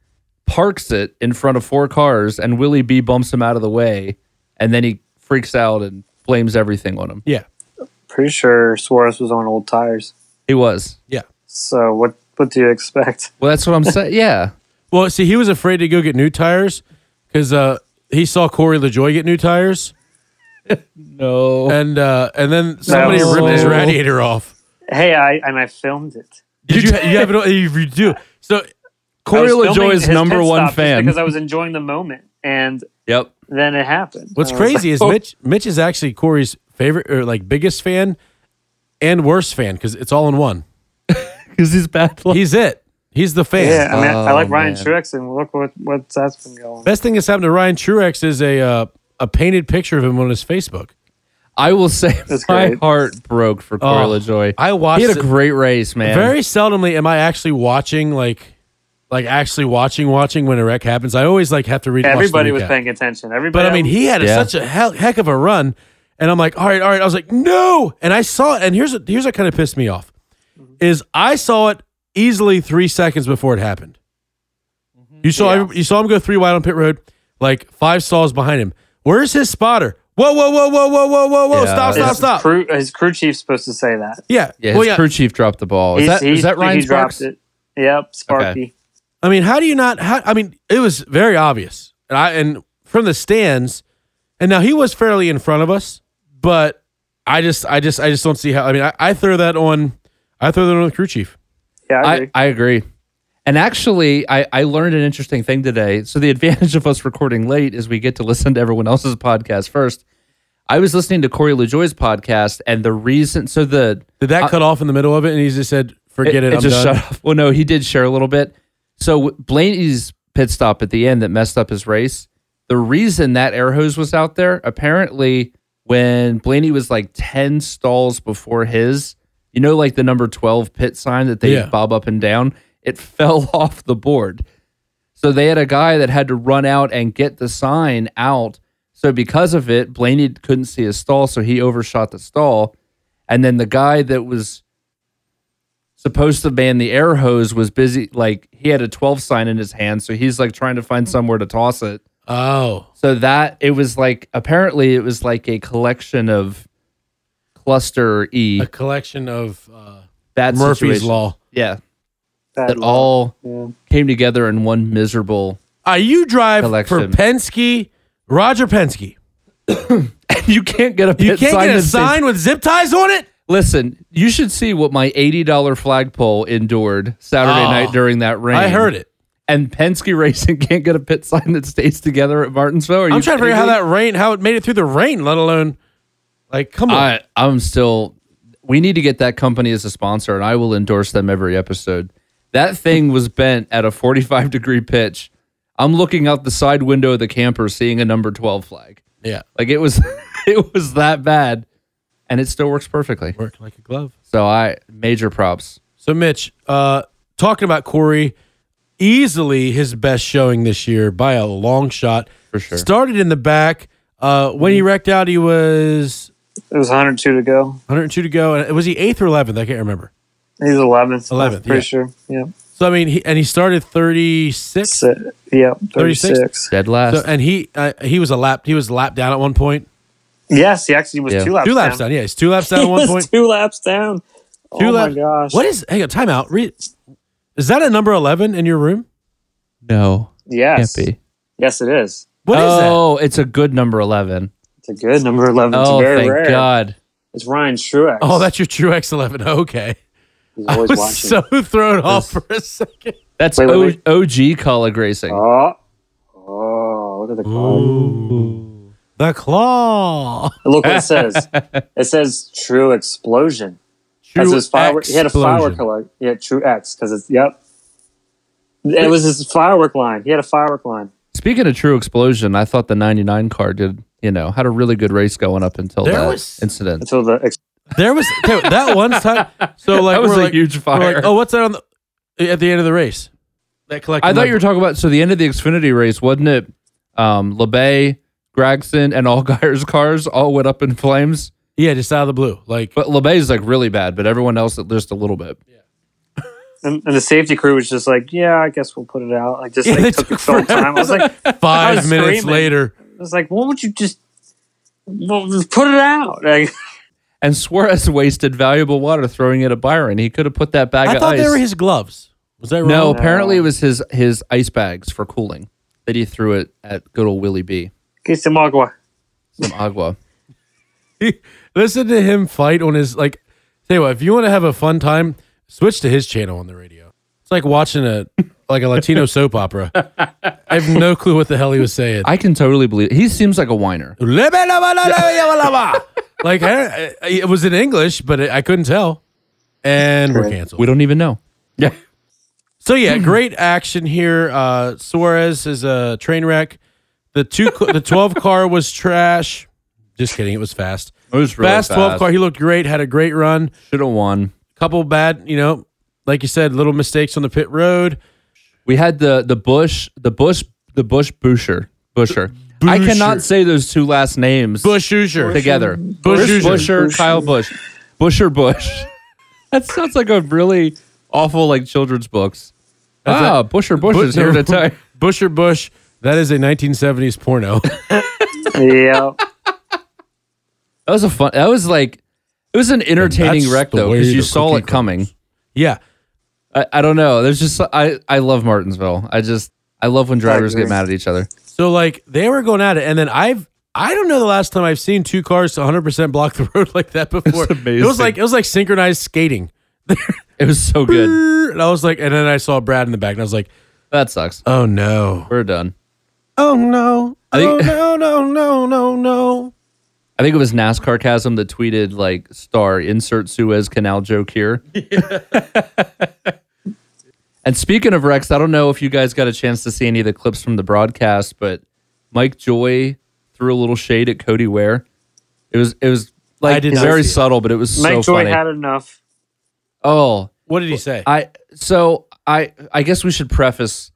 [SPEAKER 1] parks it in front of four cars, and Willie B bumps him out of the way, and then he freaks out and blames everything on him.
[SPEAKER 2] Yeah,
[SPEAKER 3] Pretty sure Suarez was on old tires.
[SPEAKER 1] He was.
[SPEAKER 2] yeah.
[SPEAKER 3] So what? What do you expect?
[SPEAKER 1] Well, that's what I'm saying. Yeah,
[SPEAKER 2] Well, see, he was afraid to go get new tires because uh, he saw Corey LaJoy get new tires,
[SPEAKER 1] no.
[SPEAKER 2] and uh, and then somebody
[SPEAKER 3] was
[SPEAKER 2] ripped his
[SPEAKER 3] terrible.
[SPEAKER 2] radiator off.
[SPEAKER 3] Hey, I and I filmed it.
[SPEAKER 2] Did you? You have it? on- You you do. So
[SPEAKER 3] I
[SPEAKER 1] Corey
[SPEAKER 3] was filming
[SPEAKER 1] LaJoy is
[SPEAKER 3] his
[SPEAKER 1] number
[SPEAKER 3] pit stop
[SPEAKER 1] one
[SPEAKER 3] just
[SPEAKER 1] fan.
[SPEAKER 3] because I was enjoying the moment, and
[SPEAKER 1] Yep.
[SPEAKER 3] then it happened.
[SPEAKER 2] what's
[SPEAKER 3] I was
[SPEAKER 2] crazy is
[SPEAKER 3] like,
[SPEAKER 2] Mitch. Mitch is actually Corey's favorite or like biggest fan and worst fan because it's all in one.
[SPEAKER 1] Because he's bad. luck.
[SPEAKER 2] He's it. He's the fan.
[SPEAKER 3] Yeah, I mean, I
[SPEAKER 1] Oh,
[SPEAKER 3] like Ryan
[SPEAKER 1] man.
[SPEAKER 3] Truex, and look what what that's been going.
[SPEAKER 2] Best thing that's happened to Ryan Truex is a uh, a painted picture of him on his Facebook.
[SPEAKER 1] I will say
[SPEAKER 3] That's
[SPEAKER 1] my
[SPEAKER 3] great.
[SPEAKER 1] heart broke for Corey
[SPEAKER 2] Oh,
[SPEAKER 1] LaJoy.
[SPEAKER 2] I watched
[SPEAKER 1] He had a
[SPEAKER 2] it-
[SPEAKER 1] great race, man.
[SPEAKER 2] Very seldomly am I actually watching like like actually watching watching when a wreck happens. I always like have to read. watch the
[SPEAKER 3] Everybody was
[SPEAKER 2] recap.
[SPEAKER 3] paying attention. Everybody.
[SPEAKER 2] but I mean he had a-
[SPEAKER 1] Yeah.
[SPEAKER 2] such a hell, heck of a run, and I'm like, all right, all right. I was like, no, and I saw it, and here's what, here's what kind of pissed me off, is I saw it easily three seconds before it happened. You saw every- you saw him go three wide on pit road, like five stalls behind him. Where's his spotter? Whoa, whoa, whoa, whoa, whoa, whoa, whoa, whoa!
[SPEAKER 1] Yeah.
[SPEAKER 2] Stop,
[SPEAKER 1] His
[SPEAKER 2] stop, stop!
[SPEAKER 3] Crew, his crew chief's supposed to say that.
[SPEAKER 2] yeah,
[SPEAKER 1] Yeah, his
[SPEAKER 2] well, yeah.
[SPEAKER 1] crew chief dropped the
[SPEAKER 2] Oh,
[SPEAKER 1] ball. Is
[SPEAKER 3] He's-
[SPEAKER 1] that, is
[SPEAKER 3] he's-
[SPEAKER 1] that Ryan
[SPEAKER 3] he dropped
[SPEAKER 1] Sparks?
[SPEAKER 3] it. Yep, Sparky.
[SPEAKER 2] I mean, how do you not? How, I mean, it was very obvious, and I and from the stands, and now he was fairly in front of us, but I just, I just, I just don't see how. I mean, I, I throw that on. I throw that on the crew chief.
[SPEAKER 3] Yeah, I agree.
[SPEAKER 1] I, I agree. And actually, I, I learned an interesting thing today. So, the advantage of us recording late is we get to listen to everyone else's podcast first. I was listening to Corey LaJoy's podcast, and the reason, so the
[SPEAKER 2] Did that cut off in the middle of it and he just said, forget it, I'm
[SPEAKER 1] just
[SPEAKER 2] done?
[SPEAKER 1] shut off. Well, no, he did share a little bit. So Blaney's pit stop at the end that messed up his race. The reason that air hose was out there, apparently, when Blaney was like ten stalls before his, you know, like the number twelve pit sign that they
[SPEAKER 2] Yeah.
[SPEAKER 1] bob up and down, it fell off the board. So they had a guy that had to run out and get the sign out. So because of it, Blaney couldn't see his stall, so he overshot the stall. And then the guy that was supposed to ban the air hose was busy like he had a 12 sign in his hand so he's like trying to find somewhere to toss it
[SPEAKER 2] Oh.
[SPEAKER 1] so that it was like apparently it was like a collection of cluster e
[SPEAKER 2] A collection of uh,
[SPEAKER 1] bad
[SPEAKER 2] Murphy's
[SPEAKER 1] situation.
[SPEAKER 2] Law.
[SPEAKER 1] yeah
[SPEAKER 3] Bad
[SPEAKER 1] that
[SPEAKER 3] luck.
[SPEAKER 1] all
[SPEAKER 3] Yeah.
[SPEAKER 1] came together in one miserable
[SPEAKER 2] Uh, you drive for
[SPEAKER 1] Collection.
[SPEAKER 2] Penske, Roger Penske.
[SPEAKER 1] you can't get a
[SPEAKER 2] You
[SPEAKER 1] pit
[SPEAKER 2] can't
[SPEAKER 1] sign
[SPEAKER 2] get
[SPEAKER 1] that
[SPEAKER 2] a
[SPEAKER 1] says-
[SPEAKER 2] sign with zip ties on it?
[SPEAKER 1] listen you should see what my $80 flagpole endured saturday
[SPEAKER 2] Oh,
[SPEAKER 1] night during that rain
[SPEAKER 2] I heard it.
[SPEAKER 1] and penske racing can't get a pit sign that stays together at martinsville Are
[SPEAKER 2] I'm
[SPEAKER 1] you
[SPEAKER 2] trying to figure
[SPEAKER 1] kidding
[SPEAKER 2] out how
[SPEAKER 1] me?
[SPEAKER 2] that rain, how it made it through the rain, let alone, like, come on.
[SPEAKER 1] I, I'm still. We need to get that company as a sponsor, and I will endorse them every episode. That thing was bent at a 45 degree pitch. I'm looking out the side window of the camper, seeing a number 12 flag.
[SPEAKER 2] yeah.
[SPEAKER 1] Like it was, it was that bad, and it still works perfectly.
[SPEAKER 2] Work like a glove.
[SPEAKER 1] So I major props.
[SPEAKER 2] So, Mitch, uh, talking about Corey, easily his best showing this year by a long shot.
[SPEAKER 1] For sure.
[SPEAKER 2] Started in the back. Uh, when he wrecked out, he was
[SPEAKER 3] It was 102 to go.
[SPEAKER 2] 102 to go. And was he eighth or 11th? I can't remember.
[SPEAKER 3] He's 11th.
[SPEAKER 2] 11th,
[SPEAKER 3] Pretty
[SPEAKER 2] yeah.
[SPEAKER 3] sure. Yeah.
[SPEAKER 2] So, I mean, he, and he started 36.
[SPEAKER 3] So, yeah.
[SPEAKER 2] 36?
[SPEAKER 3] 36.
[SPEAKER 1] Dead last.
[SPEAKER 2] So, and he uh, he was a lap he was lap down at one point.
[SPEAKER 3] Yes, he actually was
[SPEAKER 1] Yeah.
[SPEAKER 3] two laps
[SPEAKER 2] two laps
[SPEAKER 3] down.
[SPEAKER 2] down. Yeah, he's two laps down at
[SPEAKER 3] He
[SPEAKER 2] one
[SPEAKER 3] was
[SPEAKER 2] point.
[SPEAKER 3] two laps down. Oh
[SPEAKER 2] Two
[SPEAKER 3] my
[SPEAKER 2] laps.
[SPEAKER 3] gosh.
[SPEAKER 2] What is? Hang on, time out. Re- is that a number eleven in your room?
[SPEAKER 1] no,
[SPEAKER 3] Yes.
[SPEAKER 1] can't be.
[SPEAKER 3] Yes, it is.
[SPEAKER 2] What is
[SPEAKER 1] oh, it's a good number 11.
[SPEAKER 3] It's a good number 11. It's
[SPEAKER 1] Oh,
[SPEAKER 3] very
[SPEAKER 1] thank
[SPEAKER 3] rare.
[SPEAKER 1] God.
[SPEAKER 3] It's Ryan
[SPEAKER 2] that?
[SPEAKER 3] Truex.
[SPEAKER 2] Oh, that's your true X eleven. Okay,
[SPEAKER 3] He's
[SPEAKER 2] I
[SPEAKER 3] always
[SPEAKER 2] was
[SPEAKER 3] watching.
[SPEAKER 2] so thrown off for a second.
[SPEAKER 1] That's
[SPEAKER 3] Wait, wait, wait.
[SPEAKER 1] O- OG colleague racing.
[SPEAKER 3] oh. Oh, look at the call.
[SPEAKER 2] The claw.
[SPEAKER 3] Look what it says. it says true explosion.
[SPEAKER 2] True
[SPEAKER 3] That's his firework. He had a firework
[SPEAKER 2] explosion.
[SPEAKER 3] color. Yeah, true X because it's yep. It was his firework line. He had a firework line.
[SPEAKER 1] Speaking of true explosion, I thought the 99 car did, you know, had a really good race going up until
[SPEAKER 2] There
[SPEAKER 1] that
[SPEAKER 2] was-
[SPEAKER 1] incident.
[SPEAKER 3] until the ex-
[SPEAKER 2] There was dude, that one time. So like
[SPEAKER 1] That was
[SPEAKER 2] we're
[SPEAKER 1] a
[SPEAKER 2] like,
[SPEAKER 1] huge
[SPEAKER 2] we're like,
[SPEAKER 1] fire.
[SPEAKER 2] oh, what's that on the at the end of the race? That collected.
[SPEAKER 1] I thought you were
[SPEAKER 2] lump-
[SPEAKER 1] talking about so the end of the Xfinity race, wasn't it? Um, LeBay, Gregson, and all Geyer's cars all went up in flames.
[SPEAKER 2] yeah, just out of the blue. Like
[SPEAKER 1] But LeBay's like really bad, but everyone else just a little bit.
[SPEAKER 3] and, and the safety crew was just like, "Yeah, I guess we'll put it out." Like just
[SPEAKER 2] they
[SPEAKER 3] like, took
[SPEAKER 2] took
[SPEAKER 3] its whole
[SPEAKER 2] forever.
[SPEAKER 3] time. I was like, I
[SPEAKER 2] five
[SPEAKER 3] was
[SPEAKER 2] minutes
[SPEAKER 3] screaming.
[SPEAKER 2] later,
[SPEAKER 3] was like, "Why won't you just, well, just put it out?" Like,
[SPEAKER 1] And Suarez wasted valuable water throwing it at Byron. He could have put that bag
[SPEAKER 2] I
[SPEAKER 1] of
[SPEAKER 2] thought
[SPEAKER 1] ice.
[SPEAKER 2] they were his gloves. Was that wrong?
[SPEAKER 1] no, apparently it was his his ice bags for cooling that he threw it at good old Willie B.
[SPEAKER 3] get some agua.
[SPEAKER 1] Some agua.
[SPEAKER 2] listen to him fight on his like tell you what, if you want to have a fun time switch to his channel on the radio it's like watching a like a latino soap opera i have no clue what the hell he was saying
[SPEAKER 1] I can totally believe he seems like a whiner.
[SPEAKER 2] like I, I, it was in english but i couldn't tell and we're canceled
[SPEAKER 1] We don't even know. Yeah.
[SPEAKER 2] so yeah great action here uh suarez is a train wreck the two the 12 car was trash just kidding it was fast
[SPEAKER 1] It was really
[SPEAKER 2] fast 12 car he looked great had a great run
[SPEAKER 1] Should have won.
[SPEAKER 2] couple bad, you know, like you said, little mistakes on the pit road.
[SPEAKER 1] We had the the Bush, the Bush, the Bush Busher, Busher. I
[SPEAKER 2] Busher.
[SPEAKER 1] cannot say those two last names
[SPEAKER 2] Bush Hoosier.
[SPEAKER 1] together.
[SPEAKER 2] Bush
[SPEAKER 1] Bush
[SPEAKER 2] Hoosier.
[SPEAKER 1] Busher,
[SPEAKER 3] Busher.
[SPEAKER 1] Kyle Bush, Busher Bush. that sounds like a really awful like children's books. ah, Busher Bush
[SPEAKER 2] Bu-
[SPEAKER 1] is here to tell.
[SPEAKER 2] Busher Bush. That is a 1970s porno.
[SPEAKER 3] yeah,
[SPEAKER 1] That was a fun. That was like it was an entertaining
[SPEAKER 2] that's
[SPEAKER 1] wreck
[SPEAKER 2] the
[SPEAKER 1] though
[SPEAKER 2] way
[SPEAKER 1] because you
[SPEAKER 2] the
[SPEAKER 1] saw
[SPEAKER 2] cookie
[SPEAKER 1] it coming.
[SPEAKER 2] yeah.
[SPEAKER 1] I, I don't know. There's just I I love Martinsville. I just I love when drivers get
[SPEAKER 3] agree.
[SPEAKER 1] mad at each other.
[SPEAKER 2] So like they were going at it, and then I've I don't know the last time I've seen two cars 100 percent block the road like that before. It was
[SPEAKER 1] amazing.
[SPEAKER 2] like it was like synchronized skating.
[SPEAKER 1] It was so good.
[SPEAKER 2] there. And I was like, and then I saw Brad in the back, and I was like,
[SPEAKER 1] That sucks.
[SPEAKER 2] oh no,
[SPEAKER 1] We're done.
[SPEAKER 2] oh no,
[SPEAKER 1] I think-
[SPEAKER 2] oh no, no, no, no, no.
[SPEAKER 1] I think it was NASCAR Chasm that tweeted like star insert Suez Canal joke here. and speaking of Rex, I don't know if you guys got a chance to see any of the clips from the broadcast, but Mike Joy threw a little shade at Cody Ware. It was it was
[SPEAKER 2] I
[SPEAKER 1] like
[SPEAKER 2] did not
[SPEAKER 1] very
[SPEAKER 2] see it.
[SPEAKER 1] subtle, but it was
[SPEAKER 3] Mike
[SPEAKER 1] so
[SPEAKER 3] Joy
[SPEAKER 1] funny.
[SPEAKER 3] had enough.
[SPEAKER 1] oh,
[SPEAKER 2] What did he say?
[SPEAKER 1] I so I I guess we should preface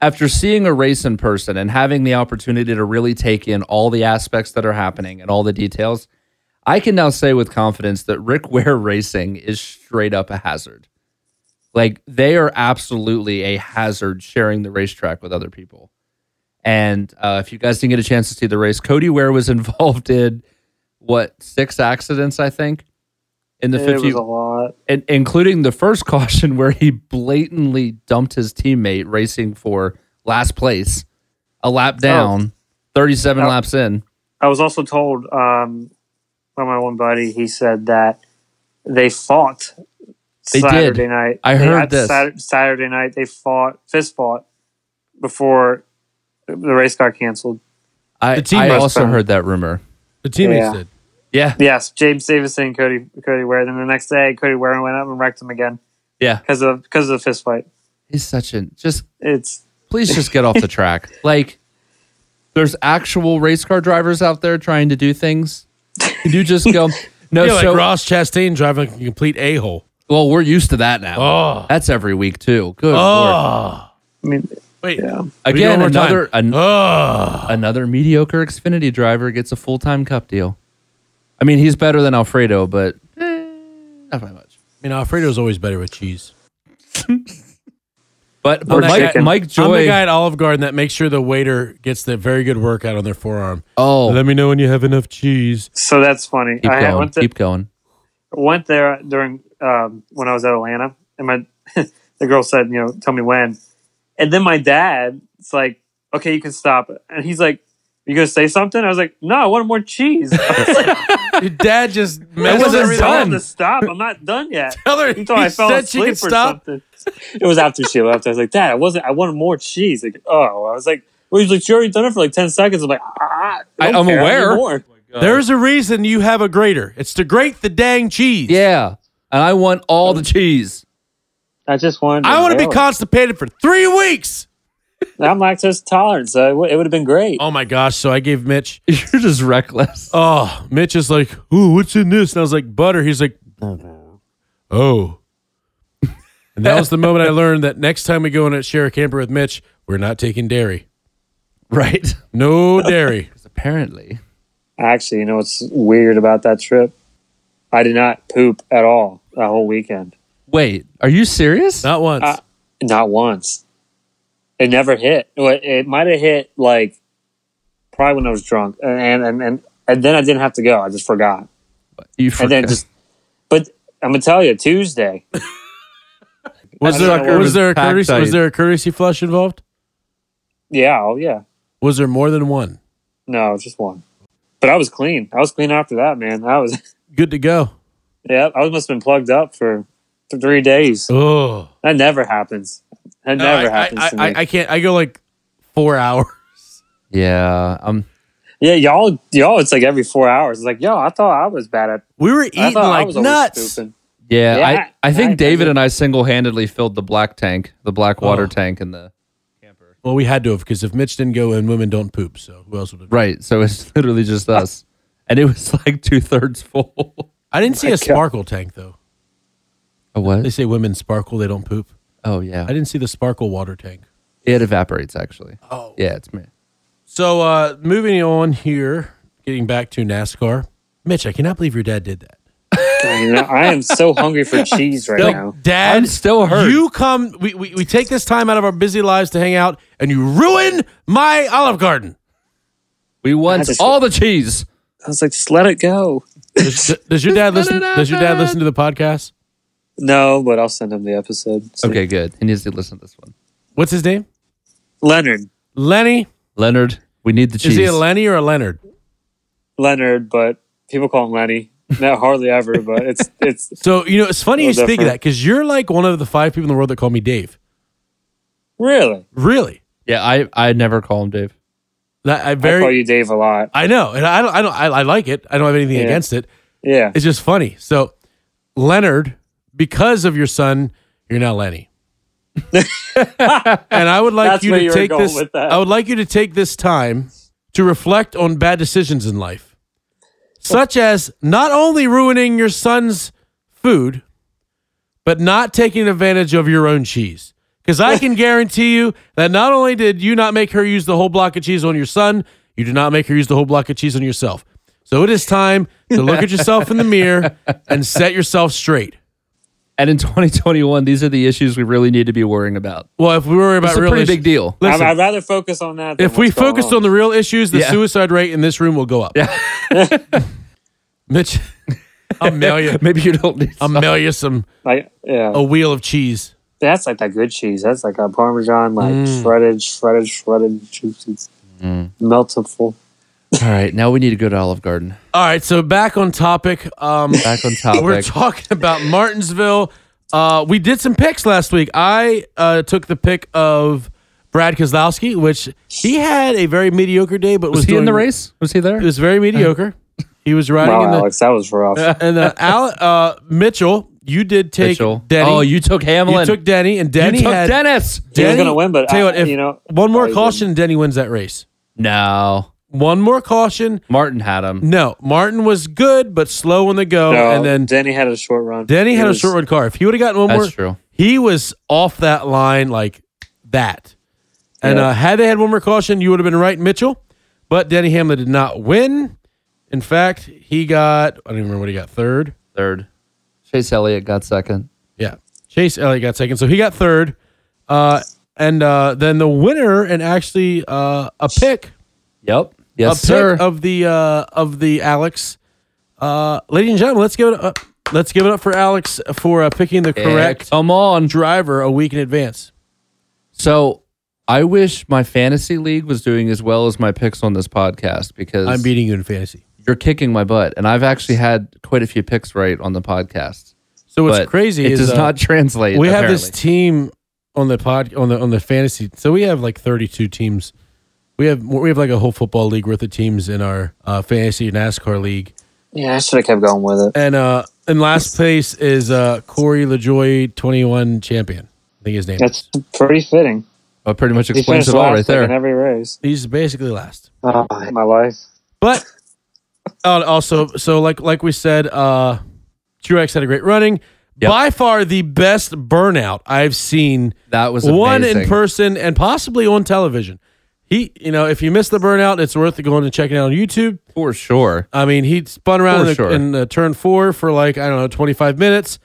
[SPEAKER 1] after seeing a race in person and having the opportunity to really take in all the aspects that are happening and all the details, I can now say with confidence that Rick Ware Racing is straight up a hazard. Like they are absolutely a hazard sharing the racetrack with other people. And uh, if you guys didn't get a chance to see the race, Cody Ware was involved in what six accidents, I think, in the
[SPEAKER 3] It
[SPEAKER 1] 50
[SPEAKER 3] was a lot.
[SPEAKER 1] in, including the first caution where he blatantly dumped his teammate racing for last place, a
[SPEAKER 2] Oh.
[SPEAKER 1] lap down, 37
[SPEAKER 3] Oh.
[SPEAKER 1] laps in.
[SPEAKER 3] I was also told um, by my one buddy. He said that they fought
[SPEAKER 1] They did.
[SPEAKER 3] Saturday night.
[SPEAKER 1] I
[SPEAKER 3] They
[SPEAKER 1] heard
[SPEAKER 3] had
[SPEAKER 1] this.
[SPEAKER 3] Sat- Saturday night they fought fist fought before the race got canceled.
[SPEAKER 1] I,
[SPEAKER 2] The team
[SPEAKER 1] I
[SPEAKER 2] must
[SPEAKER 1] also
[SPEAKER 3] have-
[SPEAKER 1] heard that rumor.
[SPEAKER 2] the teammates
[SPEAKER 3] yeah.
[SPEAKER 2] did.
[SPEAKER 1] Yeah.
[SPEAKER 3] Yes, James Davison, and Cody Cody Ware. Then the next day, Cody Ware went up and wrecked him again
[SPEAKER 1] Yeah.
[SPEAKER 3] because of because of the fist fight.
[SPEAKER 1] He's such an just
[SPEAKER 3] It's
[SPEAKER 1] please just get off the track. Like there's actual race car drivers out there trying to do things. Can you just go no
[SPEAKER 2] yeah, like
[SPEAKER 1] so
[SPEAKER 2] Ross Chastain driving like a complete a hole.
[SPEAKER 1] well we're used to that now.
[SPEAKER 2] Oh,
[SPEAKER 1] That's every week too. Good lord.
[SPEAKER 2] oh,
[SPEAKER 3] I mean
[SPEAKER 2] wait,
[SPEAKER 3] yeah.
[SPEAKER 1] Again,
[SPEAKER 2] one more time.
[SPEAKER 1] another an,
[SPEAKER 2] oh,
[SPEAKER 1] another mediocre Xfinity driver gets a full time cup deal. I mean, he's better than Alfredo, but eh, not by much.
[SPEAKER 2] You know, Alfredo's always better with cheese.
[SPEAKER 1] But,
[SPEAKER 3] Or
[SPEAKER 1] but Mike,
[SPEAKER 3] chicken.
[SPEAKER 1] Mike
[SPEAKER 2] I'm the
[SPEAKER 1] Joy.
[SPEAKER 2] guy at Olive Garden that makes sure the waiter gets the very good workout on their forearm.
[SPEAKER 1] oh,
[SPEAKER 2] Let me know when you have enough cheese.
[SPEAKER 3] so that's funny.
[SPEAKER 1] keep
[SPEAKER 3] I had-
[SPEAKER 1] going.
[SPEAKER 3] went, to,
[SPEAKER 1] keep going.
[SPEAKER 3] went there during um, when I was at Atlanta, and my the girl said, you know, tell me when. And then my dad, it's like, okay, you can stop it. And he's like, you gonna say something? I was like, no, I want more cheese. I was like,
[SPEAKER 2] Your dad just
[SPEAKER 3] I
[SPEAKER 2] messes
[SPEAKER 1] wasn't
[SPEAKER 3] wasn't
[SPEAKER 2] everything
[SPEAKER 1] done.
[SPEAKER 2] up.
[SPEAKER 3] done to stop. I'm not done yet.
[SPEAKER 2] Tell her
[SPEAKER 3] He thought I
[SPEAKER 2] he
[SPEAKER 3] fell
[SPEAKER 2] said she
[SPEAKER 3] asleep
[SPEAKER 2] could
[SPEAKER 3] or
[SPEAKER 2] stop.
[SPEAKER 3] something. It was after she left. I was like, Dad, I wasn't. I wanted more cheese. Like, oh, I was like, well, he's like, you already done it for like ten seconds. I'm like, ah, I
[SPEAKER 1] I- I'm
[SPEAKER 3] don't care. I need
[SPEAKER 1] aware.
[SPEAKER 3] more.
[SPEAKER 2] There's a reason you have a grater. It's to grate the dang cheese.
[SPEAKER 1] Yeah, and I want all the cheese.
[SPEAKER 3] I just wanted.
[SPEAKER 2] I want to be
[SPEAKER 3] more.
[SPEAKER 2] constipated for three weeks.
[SPEAKER 3] I'm lactose tolerant, so it, w- it would have been great.
[SPEAKER 2] Oh my gosh! So I gave Mitch.
[SPEAKER 1] You're just reckless.
[SPEAKER 2] Oh, Mitch is like, ooh, what's in this? And I was like, butter. He's like, oh. And that was the moment I learned that next time we go in and share a camper with Mitch, we're not taking dairy.
[SPEAKER 1] Right?
[SPEAKER 2] No dairy.
[SPEAKER 1] Apparently.
[SPEAKER 3] Actually, you know what's weird about that trip? I did not poop at all that whole weekend.
[SPEAKER 1] Wait, are you serious?
[SPEAKER 2] Not once.
[SPEAKER 3] Uh, Not once. It never hit. Well, It it might have hit like probably when I was drunk, and and and, and then I didn't have to go. I just forgot,
[SPEAKER 1] You
[SPEAKER 3] and then
[SPEAKER 1] forgot.
[SPEAKER 3] just. But I'm gonna tell you, Tuesday.
[SPEAKER 2] was
[SPEAKER 3] I don't know
[SPEAKER 2] there
[SPEAKER 3] what-
[SPEAKER 2] was there a
[SPEAKER 1] Packed
[SPEAKER 2] courtesy
[SPEAKER 1] tight.
[SPEAKER 2] was there a courtesy flush involved?
[SPEAKER 3] Yeah, oh yeah.
[SPEAKER 2] Was there more than one?
[SPEAKER 3] No, it was just one. But I was clean. I was clean after that, man. I was.
[SPEAKER 2] Good to go.
[SPEAKER 3] Yeah, I must have been plugged up for, for three days.
[SPEAKER 2] Oh,
[SPEAKER 3] That never happens. That never happens
[SPEAKER 2] I,
[SPEAKER 3] to me.
[SPEAKER 2] I, I, I can't. I go like four hours.
[SPEAKER 1] yeah. Um.
[SPEAKER 3] Yeah, y'all, y'all, it's like every four hours. It's like, yo, I thought I was bad at.
[SPEAKER 2] We were eating
[SPEAKER 3] I thought I
[SPEAKER 2] like
[SPEAKER 3] was always
[SPEAKER 2] nuts.
[SPEAKER 3] Stupid.
[SPEAKER 1] Yeah.
[SPEAKER 3] Yeah,
[SPEAKER 1] I, I
[SPEAKER 3] I-
[SPEAKER 1] think
[SPEAKER 3] I-
[SPEAKER 1] David and I single handedly filled the black tank, the black water
[SPEAKER 2] Oh.
[SPEAKER 1] tank, and the
[SPEAKER 2] Well, we had to have because if Mitch didn't go and women don't poop, so who else would have?
[SPEAKER 1] right. So it's literally just us, and it was like two thirds full.
[SPEAKER 2] I didn't see a
[SPEAKER 3] Oh God.
[SPEAKER 2] sparkle tank though.
[SPEAKER 1] A
[SPEAKER 2] They
[SPEAKER 1] what?
[SPEAKER 2] say women sparkle, they don't poop.
[SPEAKER 1] Oh yeah.
[SPEAKER 2] I didn't see the sparkle water tank.
[SPEAKER 1] It evaporates, actually.
[SPEAKER 2] Oh.
[SPEAKER 1] Yeah, it's me.
[SPEAKER 2] So uh moving on here, getting back to NASCAR. Mitch, I cannot believe your dad did that.
[SPEAKER 3] I, mean, I am so hungry for cheese right now.
[SPEAKER 2] Dad,
[SPEAKER 1] I'm still hurt.
[SPEAKER 2] You come we, we we take this time out of our busy lives to hang out and you ruin my olive garden.
[SPEAKER 1] We
[SPEAKER 3] I
[SPEAKER 1] want
[SPEAKER 3] just-
[SPEAKER 1] all the cheese.
[SPEAKER 3] I was like, just let it go.
[SPEAKER 2] Does, does your dad listen does your dad listen to the podcast?
[SPEAKER 3] No, but I'll send him the episode. So-
[SPEAKER 1] Okay, good. He needs to listen to this one.
[SPEAKER 2] What's his name?
[SPEAKER 3] Leonard,
[SPEAKER 2] Lenny?
[SPEAKER 1] Leonard, we need the cheese.
[SPEAKER 2] Is he a Lenny or a Leonard?
[SPEAKER 3] Leonard, but people call him Lenny. Not hardly ever, but it's it's
[SPEAKER 2] So you know, it's funny
[SPEAKER 3] A
[SPEAKER 2] you
[SPEAKER 3] little
[SPEAKER 2] speak of
[SPEAKER 3] different.
[SPEAKER 2] that because you're like one of the five people in the world that call me Dave.
[SPEAKER 3] really.
[SPEAKER 2] Really,
[SPEAKER 1] Yeah, I I never call him Dave.
[SPEAKER 2] that I
[SPEAKER 3] I call
[SPEAKER 2] very
[SPEAKER 3] you Dave a lot.
[SPEAKER 2] I, know, and I don't I don't I, I like it. I don't have anything
[SPEAKER 3] Yeah.
[SPEAKER 2] against it.
[SPEAKER 3] Yeah,
[SPEAKER 2] It's just funny. So Leonard, because of your son, you're now Lenny. and I would like
[SPEAKER 3] That's
[SPEAKER 2] you
[SPEAKER 3] where
[SPEAKER 2] to
[SPEAKER 3] you were
[SPEAKER 2] take
[SPEAKER 3] going
[SPEAKER 2] this.
[SPEAKER 3] with that.
[SPEAKER 2] I would like you to take this time to reflect on bad decisions in life, such as not only ruining your son's food, but not taking advantage of your own cheese. Because I can guarantee you that not only did you not make her use the whole block of cheese on your son, you did not make her use the whole block of cheese on yourself. So it is time to look at yourself in the mirror and set yourself straight.
[SPEAKER 1] And in 2021, these are the issues we really need to be worrying about.
[SPEAKER 2] Well, if we worry about
[SPEAKER 1] It's a
[SPEAKER 2] real
[SPEAKER 1] pretty
[SPEAKER 2] issues,
[SPEAKER 1] big deal.
[SPEAKER 3] I'd,
[SPEAKER 2] Listen,
[SPEAKER 3] I'd rather focus on that. than
[SPEAKER 2] if we
[SPEAKER 3] what's going
[SPEAKER 2] focused on. the real issues, the
[SPEAKER 1] Yeah.
[SPEAKER 2] suicide rate in this room will go up. Yeah. Mitch, I'll mail you.
[SPEAKER 1] Maybe you don't need.
[SPEAKER 2] I'll mail you some
[SPEAKER 3] like yeah,
[SPEAKER 2] a wheel of cheese.
[SPEAKER 3] that's like that good cheese. That's like a Parmesan, like
[SPEAKER 2] Mm.
[SPEAKER 3] shredded, shredded, shredded, juicy, meltful.
[SPEAKER 1] All right, now we need to go to Olive Garden.
[SPEAKER 2] All right, so back on topic. Um,
[SPEAKER 1] Back on
[SPEAKER 2] we're
[SPEAKER 1] topic.
[SPEAKER 2] talking about Martinsville. Uh, we did some picks last week. I uh, took the pick of Brad Kozlowski, which he had a very mediocre day, but was,
[SPEAKER 1] was he in the
[SPEAKER 2] doing-
[SPEAKER 1] race? Was he there?
[SPEAKER 2] It was very mediocre. he was riding
[SPEAKER 3] Wow,
[SPEAKER 2] in the
[SPEAKER 3] Alex, that was rough.
[SPEAKER 2] and uh, Al, uh, Mitchell. You did take
[SPEAKER 1] Mitchell.
[SPEAKER 2] Denny.
[SPEAKER 1] Oh, you took
[SPEAKER 2] You
[SPEAKER 1] Hamlin.
[SPEAKER 2] took Denny, and
[SPEAKER 1] You
[SPEAKER 2] Denny
[SPEAKER 1] took
[SPEAKER 2] had
[SPEAKER 1] Dennis.
[SPEAKER 3] He was
[SPEAKER 2] Denny-
[SPEAKER 3] gonna win, but
[SPEAKER 2] tell you
[SPEAKER 3] I-
[SPEAKER 2] what, if
[SPEAKER 3] you know,
[SPEAKER 2] one more
[SPEAKER 3] I
[SPEAKER 2] caution, Denny wins that race.
[SPEAKER 1] No,
[SPEAKER 2] One more caution.
[SPEAKER 1] Martin had him.
[SPEAKER 2] No, Martin was good but slow on the go,
[SPEAKER 3] No,
[SPEAKER 2] Um, and then
[SPEAKER 3] Denny had a short run.
[SPEAKER 2] Denny
[SPEAKER 3] He
[SPEAKER 2] had
[SPEAKER 3] was-
[SPEAKER 2] a short run car. If he would have gotten one
[SPEAKER 1] That's
[SPEAKER 2] more,
[SPEAKER 1] true.
[SPEAKER 2] he was off that line like that. And
[SPEAKER 3] Yeah.
[SPEAKER 2] uh, had they had one more caution, you would have been right, Mitchell. But Denny Hamlin did not win. In fact, he got I don't even remember what he got third.
[SPEAKER 1] Third. Chase Elliott got second.
[SPEAKER 2] Yeah. Chase Elliott got second. So he got third. Uh, and uh, then the winner and actually uh, a pick,
[SPEAKER 1] Yep.
[SPEAKER 2] a
[SPEAKER 1] Yes,
[SPEAKER 2] pick
[SPEAKER 1] sir.
[SPEAKER 2] of the uh, of the Alex. Uh, ladies and gentlemen, let's give it up. Let's give it up for Alex for uh, picking the
[SPEAKER 1] Yeah,
[SPEAKER 2] correct
[SPEAKER 1] Come on.
[SPEAKER 2] driver a week in advance.
[SPEAKER 1] So I wish my fantasy league was doing as well as my picks on this podcast because
[SPEAKER 2] I'm beating you in fantasy.
[SPEAKER 1] you're kicking my butt. And I've actually had quite a few picks right on the podcast.
[SPEAKER 2] So what's
[SPEAKER 1] But
[SPEAKER 2] crazy
[SPEAKER 1] It
[SPEAKER 2] is
[SPEAKER 1] does
[SPEAKER 2] uh,
[SPEAKER 1] not translate.
[SPEAKER 2] we have this
[SPEAKER 1] apparently.
[SPEAKER 2] team on the pod on the on the fantasy. So we have like 32 teams. We have we have like a whole football league worth of teams in our uh, fantasy NASCAR league.
[SPEAKER 3] Yeah, I should have kept going with it.
[SPEAKER 2] And uh in last place is uh Corey LaJoy, twenty one champion. I think his name. is.
[SPEAKER 3] That's pretty fitting.
[SPEAKER 1] That pretty much
[SPEAKER 3] He
[SPEAKER 1] explains
[SPEAKER 3] finished
[SPEAKER 1] it all
[SPEAKER 3] last
[SPEAKER 1] right
[SPEAKER 3] like,
[SPEAKER 1] there.
[SPEAKER 3] in every race.
[SPEAKER 2] He's basically last.
[SPEAKER 3] Oh, I hate my life.
[SPEAKER 2] But uh, also, so like like we said, uh Truex had a great running.
[SPEAKER 1] Yep.
[SPEAKER 2] By far the best burnout I've seen.
[SPEAKER 1] that was
[SPEAKER 2] one in
[SPEAKER 1] amazing.
[SPEAKER 2] person and possibly on television. He, you know, if you missed the burnout, it's worth going and checking it out on YouTube.
[SPEAKER 1] for sure.
[SPEAKER 2] I mean, he spun around
[SPEAKER 1] For
[SPEAKER 2] in, the,
[SPEAKER 1] sure.
[SPEAKER 2] in the turn four for like I don't know twenty five minutes,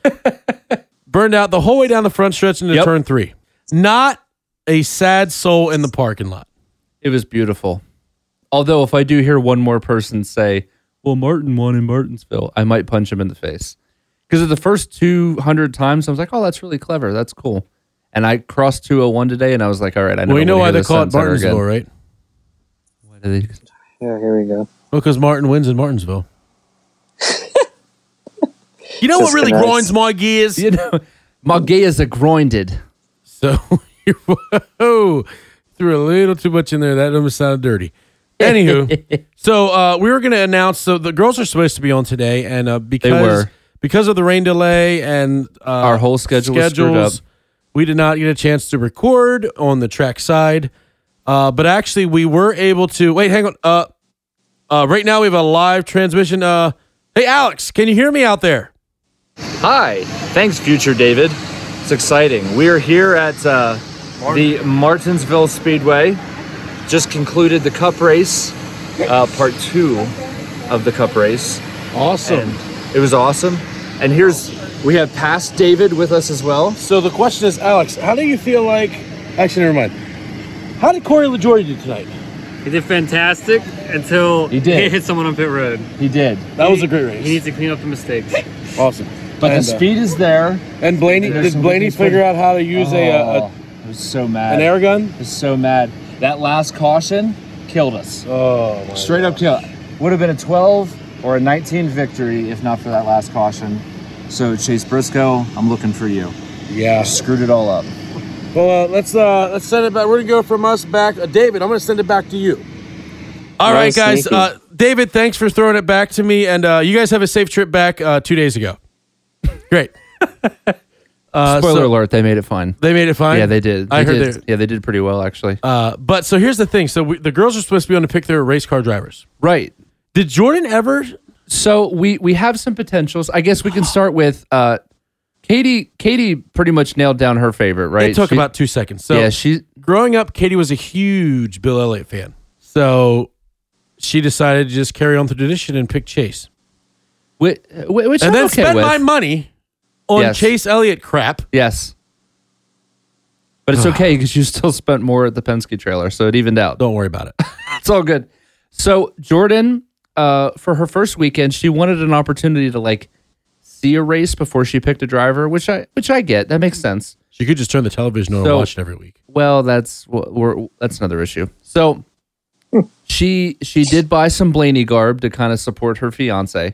[SPEAKER 2] burned out the whole way down the front stretch into
[SPEAKER 1] Yep.
[SPEAKER 2] turn three. Not a sad soul in the parking lot.
[SPEAKER 1] It was beautiful. Although, if I do hear one more person say, "Well, Martin won in Martinsville," I might punch him in the face because of the first two hundred times, I was like, "Oh, that's really clever. That's cool." And I crossed two hundred one today, and I was like, "All right, I know."
[SPEAKER 2] Well, you know why they call it Martinsville, right?
[SPEAKER 3] Yeah, here we go.
[SPEAKER 2] Well, because Martin wins in Martinsville. you know what
[SPEAKER 3] Just
[SPEAKER 2] really
[SPEAKER 3] gonna-
[SPEAKER 2] grinds my gears?
[SPEAKER 1] You know, my gears are grinded.
[SPEAKER 2] So whoa, threw a little too much in there. That almost sounded dirty. Anywho, so uh, we were going to announce. So the girls are supposed to be on today, and uh, because
[SPEAKER 1] were.
[SPEAKER 2] because of the rain delay and uh,
[SPEAKER 1] Our whole schedule was screwed up.
[SPEAKER 2] we did not get a chance to record on the track side. Uh, but actually, we were able to. Wait, hang on. Uh, uh, right now we have a live transmission. Uh, hey, Alex, can you hear me out there?
[SPEAKER 1] Hi, thanks, future David. It's exciting. We are here at uh, the Martinsville Speedway. Just concluded the Cup race, uh, part two of the Cup race.
[SPEAKER 2] Awesome.
[SPEAKER 1] and it was awesome. And here's we have past David with us as well.
[SPEAKER 2] So the question is, Alex, how do you feel like? Actually, never mind. How did Corey LaJoy do tonight?
[SPEAKER 3] He did fantastic until
[SPEAKER 1] He did. he
[SPEAKER 3] hit someone on pit road.
[SPEAKER 1] He did,
[SPEAKER 2] That was a great race.
[SPEAKER 3] to clean up the mistakes.
[SPEAKER 2] awesome.
[SPEAKER 1] but the
[SPEAKER 2] And, uh,
[SPEAKER 1] speed is there.
[SPEAKER 2] And Blaney
[SPEAKER 1] There's
[SPEAKER 2] did
[SPEAKER 1] some
[SPEAKER 2] Blaney
[SPEAKER 1] good things
[SPEAKER 2] figure out how to use a, uh,
[SPEAKER 1] Oh,
[SPEAKER 2] a, a
[SPEAKER 1] I was so mad.
[SPEAKER 2] an air gun?
[SPEAKER 1] I was so mad. That last caution killed us.
[SPEAKER 2] Oh,
[SPEAKER 1] Straight up kill. Would have been a 12.
[SPEAKER 4] or a 19 victory if not for that last caution. So Chase Briscoe, I'm looking for you.
[SPEAKER 2] Yeah.
[SPEAKER 4] Screwed it all up.
[SPEAKER 2] Well, uh, let's uh, let's send it back. We're gonna go from us back, uh, David. I'm gonna send it back to you. All right,
[SPEAKER 3] Nice,
[SPEAKER 2] guys.
[SPEAKER 3] sneaky.
[SPEAKER 2] Uh, David, thanks for throwing it back to me, and uh, you guys have a safe trip back uh, two days ago. Great. Uh,
[SPEAKER 1] Spoiler
[SPEAKER 2] so
[SPEAKER 1] alert, they made it fine.
[SPEAKER 2] They made it fine.
[SPEAKER 1] Yeah, they did. They
[SPEAKER 2] I heard
[SPEAKER 1] did.
[SPEAKER 2] they-
[SPEAKER 1] Yeah, they did pretty well actually.
[SPEAKER 2] Uh, but so here's the thing. So we, the girls are supposed to be on to pick their race car drivers.
[SPEAKER 1] right.
[SPEAKER 2] Did Jordan ever?
[SPEAKER 1] So we we have some potentials. I guess we can start with uh Katie Katie pretty much nailed down her favorite, right?
[SPEAKER 2] It took
[SPEAKER 1] She-
[SPEAKER 2] about two seconds. So
[SPEAKER 1] Yeah, she
[SPEAKER 2] growing up, Katie was a huge Bill Elliott fan. So she decided to just carry on the tradition and pick Chase.
[SPEAKER 1] which, which
[SPEAKER 2] and
[SPEAKER 1] I'm
[SPEAKER 2] then
[SPEAKER 1] okay
[SPEAKER 2] spend
[SPEAKER 1] with.
[SPEAKER 2] my money on
[SPEAKER 1] Yes.
[SPEAKER 2] Chase Elliott crap.
[SPEAKER 1] Yes. But it's okay because you still spent more at the Penske trailer, so it evened out.
[SPEAKER 2] Don't worry about it.
[SPEAKER 1] It's all good. So Jordan, uh, for her first weekend, she wanted an opportunity to like see a race before she picked a driver, which I which I get. That makes sense.
[SPEAKER 2] She could just turn the television on
[SPEAKER 1] So-
[SPEAKER 2] and watch it every week.
[SPEAKER 1] Well, that's wh- we're, that's another issue. So she she did buy some Blaney garb to kind of support her fiance,